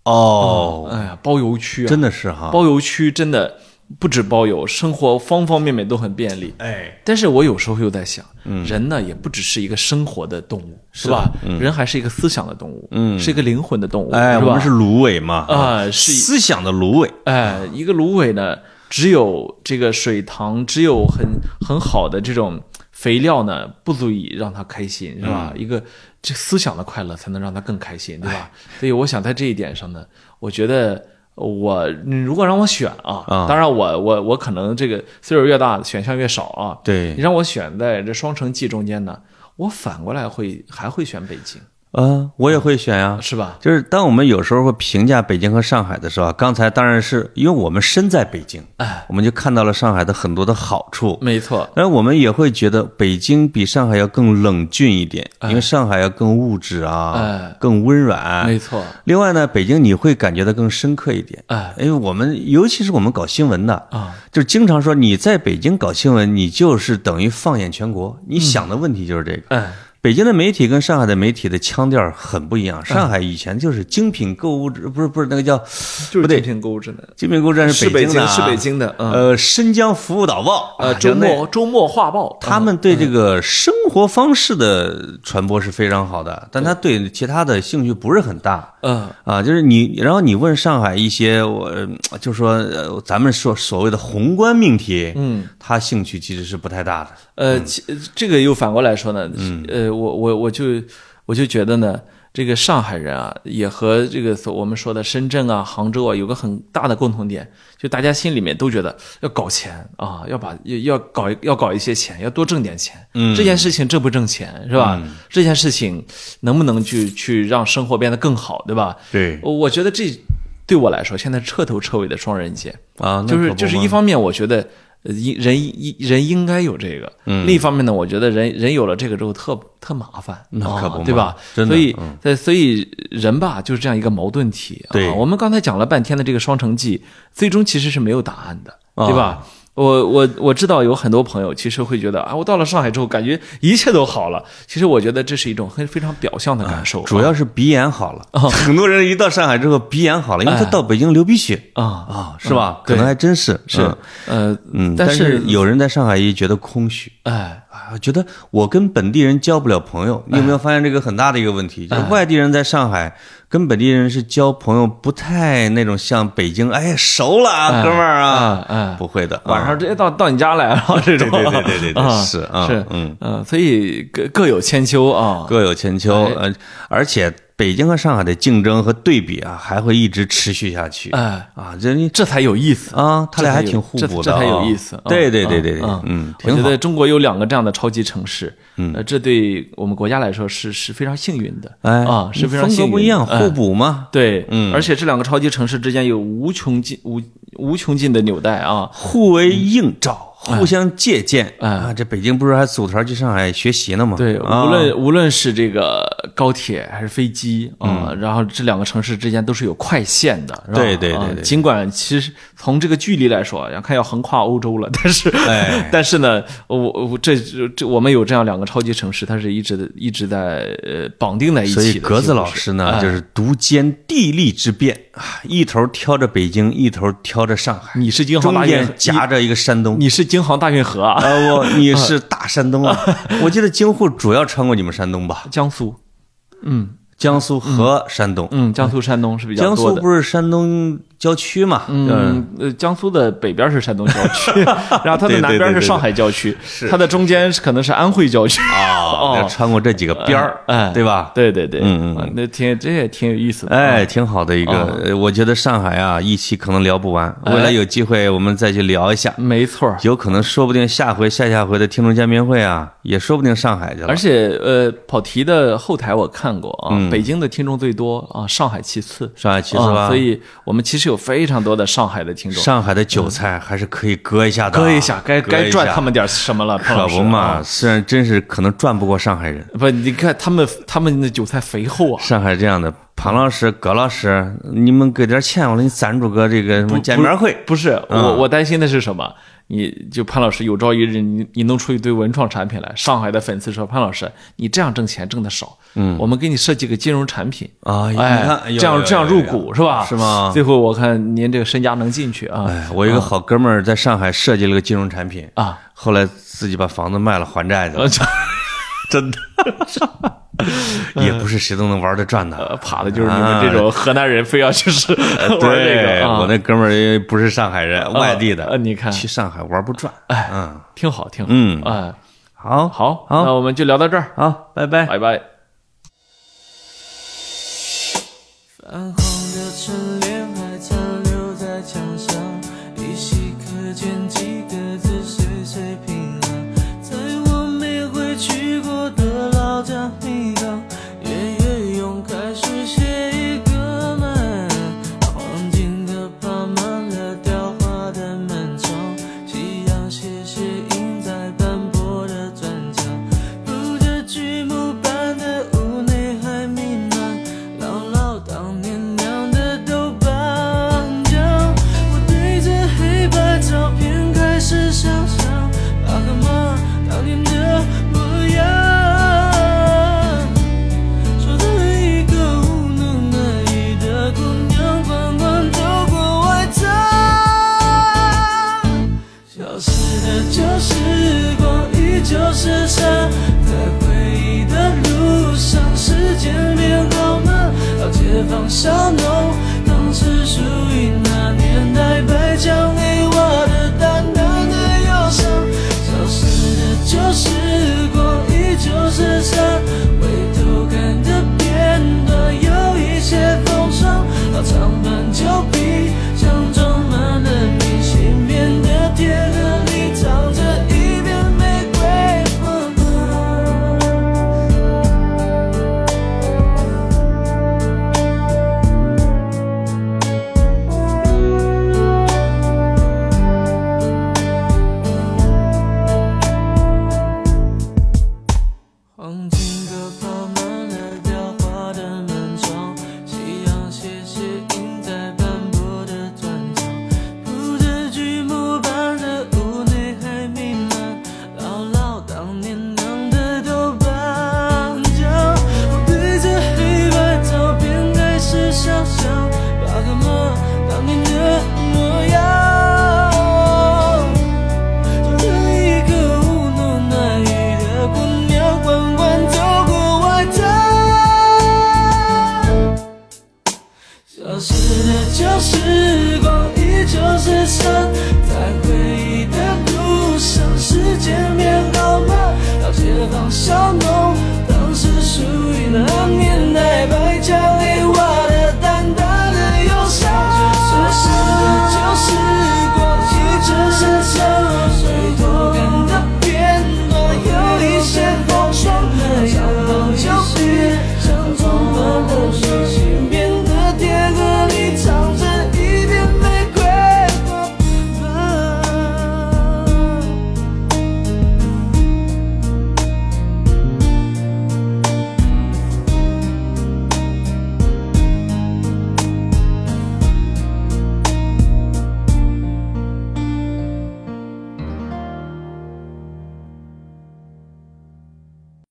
哦，
哎呀，包邮区啊，
真的是哈，
包邮区真的不止包邮，生活方方面面都很便利。
哎，
但是我有时候又在想，
嗯
人呢也不只是一个生活的动物，是吧？人还是一个思想的动物，嗯，是一个灵魂的动物，
哎，
是
我
吧
们是芦苇嘛，
啊是
思想的芦苇，
哎，一个芦苇呢，只有这个水塘，只有很很好的这种肥料呢，不足以让它开心，是
嗯
吧？一个这思想的快乐才能让它更开心，对
哎
吧？所以我想在这一点上呢，我觉得我你如果让我选啊，
啊
当然我我我可能这个岁数越大，选项越少啊。你
对，
让我选在这双城记中间呢，我反过来会还会选北京，
啊，我也会选呀。
是吧？
就是当我们有时候会评价北京和上海的时候啊，刚才当然是因为我们身在北京，
哎，
我们就看到了上海的很多的好处，
没错，
但是哎我们也会觉得北京比上海要更冷峻一点，因为上海要更物质啊
哎，
更温软。
没错，
另外呢，北京你会感觉到更深刻一点，
哎
因为我们尤其是我们搞新闻的
啊，
就是经常说你在北京搞新闻，你就是等于放眼全国，
嗯
你想的问题就是这个。
哎，
北京的媒体跟上海的媒体的腔调很不一
哎
样。上海以前就是精品购物之，不是不是那个叫
就
不
是
对
精品购物指南。
精品购物站
是
北
北
的、啊，
是北京的，嗯，
呃，深江服务导报，
呃，
啊
周
就那
末周末画报，
他们对这个生活方式的传播是非常好的，但他对其他的兴趣不是很大。
嗯，
啊，就是你，然后你问上海一些，我嗯就说，呃，咱们说所谓的宏观命题，嗯，他兴趣其实是不太大的。
呃，其这个又反过来说呢，呃，我我我就我就觉得呢，这个上海人啊，也和这个所我们说的深圳啊、杭州啊，有个很大的共同点，就大家心里面都觉得要搞钱啊，要把要要搞要搞一些钱，要多挣点钱。嗯，这件事情挣不挣钱是吧？这件事情能不能去去让生活变得更好，对吧？
对
我我觉得这对我来说，现在彻头彻尾的双刃剑。
啊，那
就是
可不
就是一
嘛
方面，我觉得呃一人一人应该有这个；
嗯
另一方面呢，我觉得人人有了这个之后特特麻烦，
那可不
啊
嘛
对吧？
真的嗯
所以呃所以人吧就是这样一个矛盾体。啊
对
我们刚才讲了半天的这个双城记，最终其实是没有答案的，
啊
对吧？我我我知道有很多朋友其实会觉得啊，我到了上海之后感觉一切都好了。其实我觉得这是一种很非常表象的感受，
啊主要是鼻炎好了，
哦
很多人一到上海之后鼻炎好了，因为他到北京流鼻血
哎啊
啊，是吧？可
对
能还真是是
呃
嗯，
但
但
是
有人在上海也觉得空虚。
哎
啊，觉得我跟本地人交不了朋友，你有没有发现这个很大的一个问题？
哎
就是外地人在上海跟本地人是交朋友，不太那种像北京，哎，熟了啊，哥们儿啊，
哎哎
不会的，
晚
啊
上直接到到你家来了，这种
对对对对对对
啊
是啊
是
嗯
呃所以各各有千秋啊，
各有千秋，呃，而且北京和上海的竞争和对比啊，还会一直持续下去
哎，
啊，这你
这才有意思，
啊，他俩还
这才有
挺互补
这
的，
这才有
啊
意思啊
对对对对对
啊，
嗯，
我
挺
觉
好
得。中国有两个这样的超级城市，嗯，这对我们国家来说是是非常幸运的，
哎
啊，是非常
风
幸运的，
格不一样，
哎
互补嘛，
对，嗯，而且这两个超级城市之间有无穷尽无无穷尽的纽带啊，
互为映照，
嗯
互相借鉴
哎
啊。这北京不是还组团去上海学习呢吗？
对，无
啊
论、无论是这个高铁还是飞机啊、然后这两个城市之间都是有快线的，是吧
嗯对对对
啊
对
尽管其实从这个距离来说，要看要横跨欧洲了， 但是、
哎
但是呢，我我这这我们有这样两个超级城市，它是一直一直在呃绑定在一起
所
的。嗯
以格子老
几乎
师呢，就是独兼地利之便啊，一头挑着北京，一头挑着上海，
你是京杭
中
大运河
间，夹着一个山东
你。你是京杭大运河啊，
啊，我你是大山东啊！我记得京沪主要穿过你们山东吧，
江苏，嗯
江苏和山东。
嗯，江苏山东是比较
江
多
苏
的。
不是山东郊区嘛，嗯，
嗯，呃，江苏的北边是山东郊 区，然后它的
对对
南边
对对
是
对
上海郊区，它的中间是可能是安徽郊区。
哦，要穿过这几个边儿，
哎
对吧？
对对对，
嗯嗯
啊那挺这也挺有意思的。
哎，挺好的一个，
哦
呃我觉得上海啊，一期可能聊不完，
哎
未来有机会我们再去聊一下，
没错儿，
有可能说不定下回、下下回的听众见面会啊，也说不定上海去了
而。且呃，跑题的后台我看过啊，北京的听众最多啊，上海其次，
嗯上海其次
啊
吧
所以我们其实有非常多的上海的听众，
上海的韭菜还是可以割一下的啊，
割一下，该
割一
该
下
赚他们点儿什么 了，彭
可
老师
不嘛。
啊
虽然真是可能赚不过上海人，
不，你看他们他们的韭菜肥厚啊，
上海这样的，庞老师、葛老师，你们给点钱，我给你赞助个这个什么见面会。嗯
不是我我担心的是什么？你就潘老师有朝一日你你弄出一堆文创产品来，上海的粉丝说潘老师你这样挣钱挣的少，嗯，我们给你设计个金融产品
啊你
哎
看哎呦
这
呦
样
呦
这样
呦
入
呦
股是吧？
是吗
最后我看您这个身家能进去啊，
哎，我有一个好哥们儿在上海设计了个金融产品
啊，
后来自己把房子卖了还债去了，
真的，
也不是谁都能玩得转的。呃
怕的就是你们这种河南人非要去是 玩这
啊哎对，
个啊，
我那哥们儿也不是上海人，外地
呃
的，
你看
去上海玩不转。嗯，
挺好挺好，
嗯
哎，
好，
好，
好
那我们就聊到这儿，
好，拜拜。
拜拜。
泛黄的晨练还残留在墙上，依稀可见脚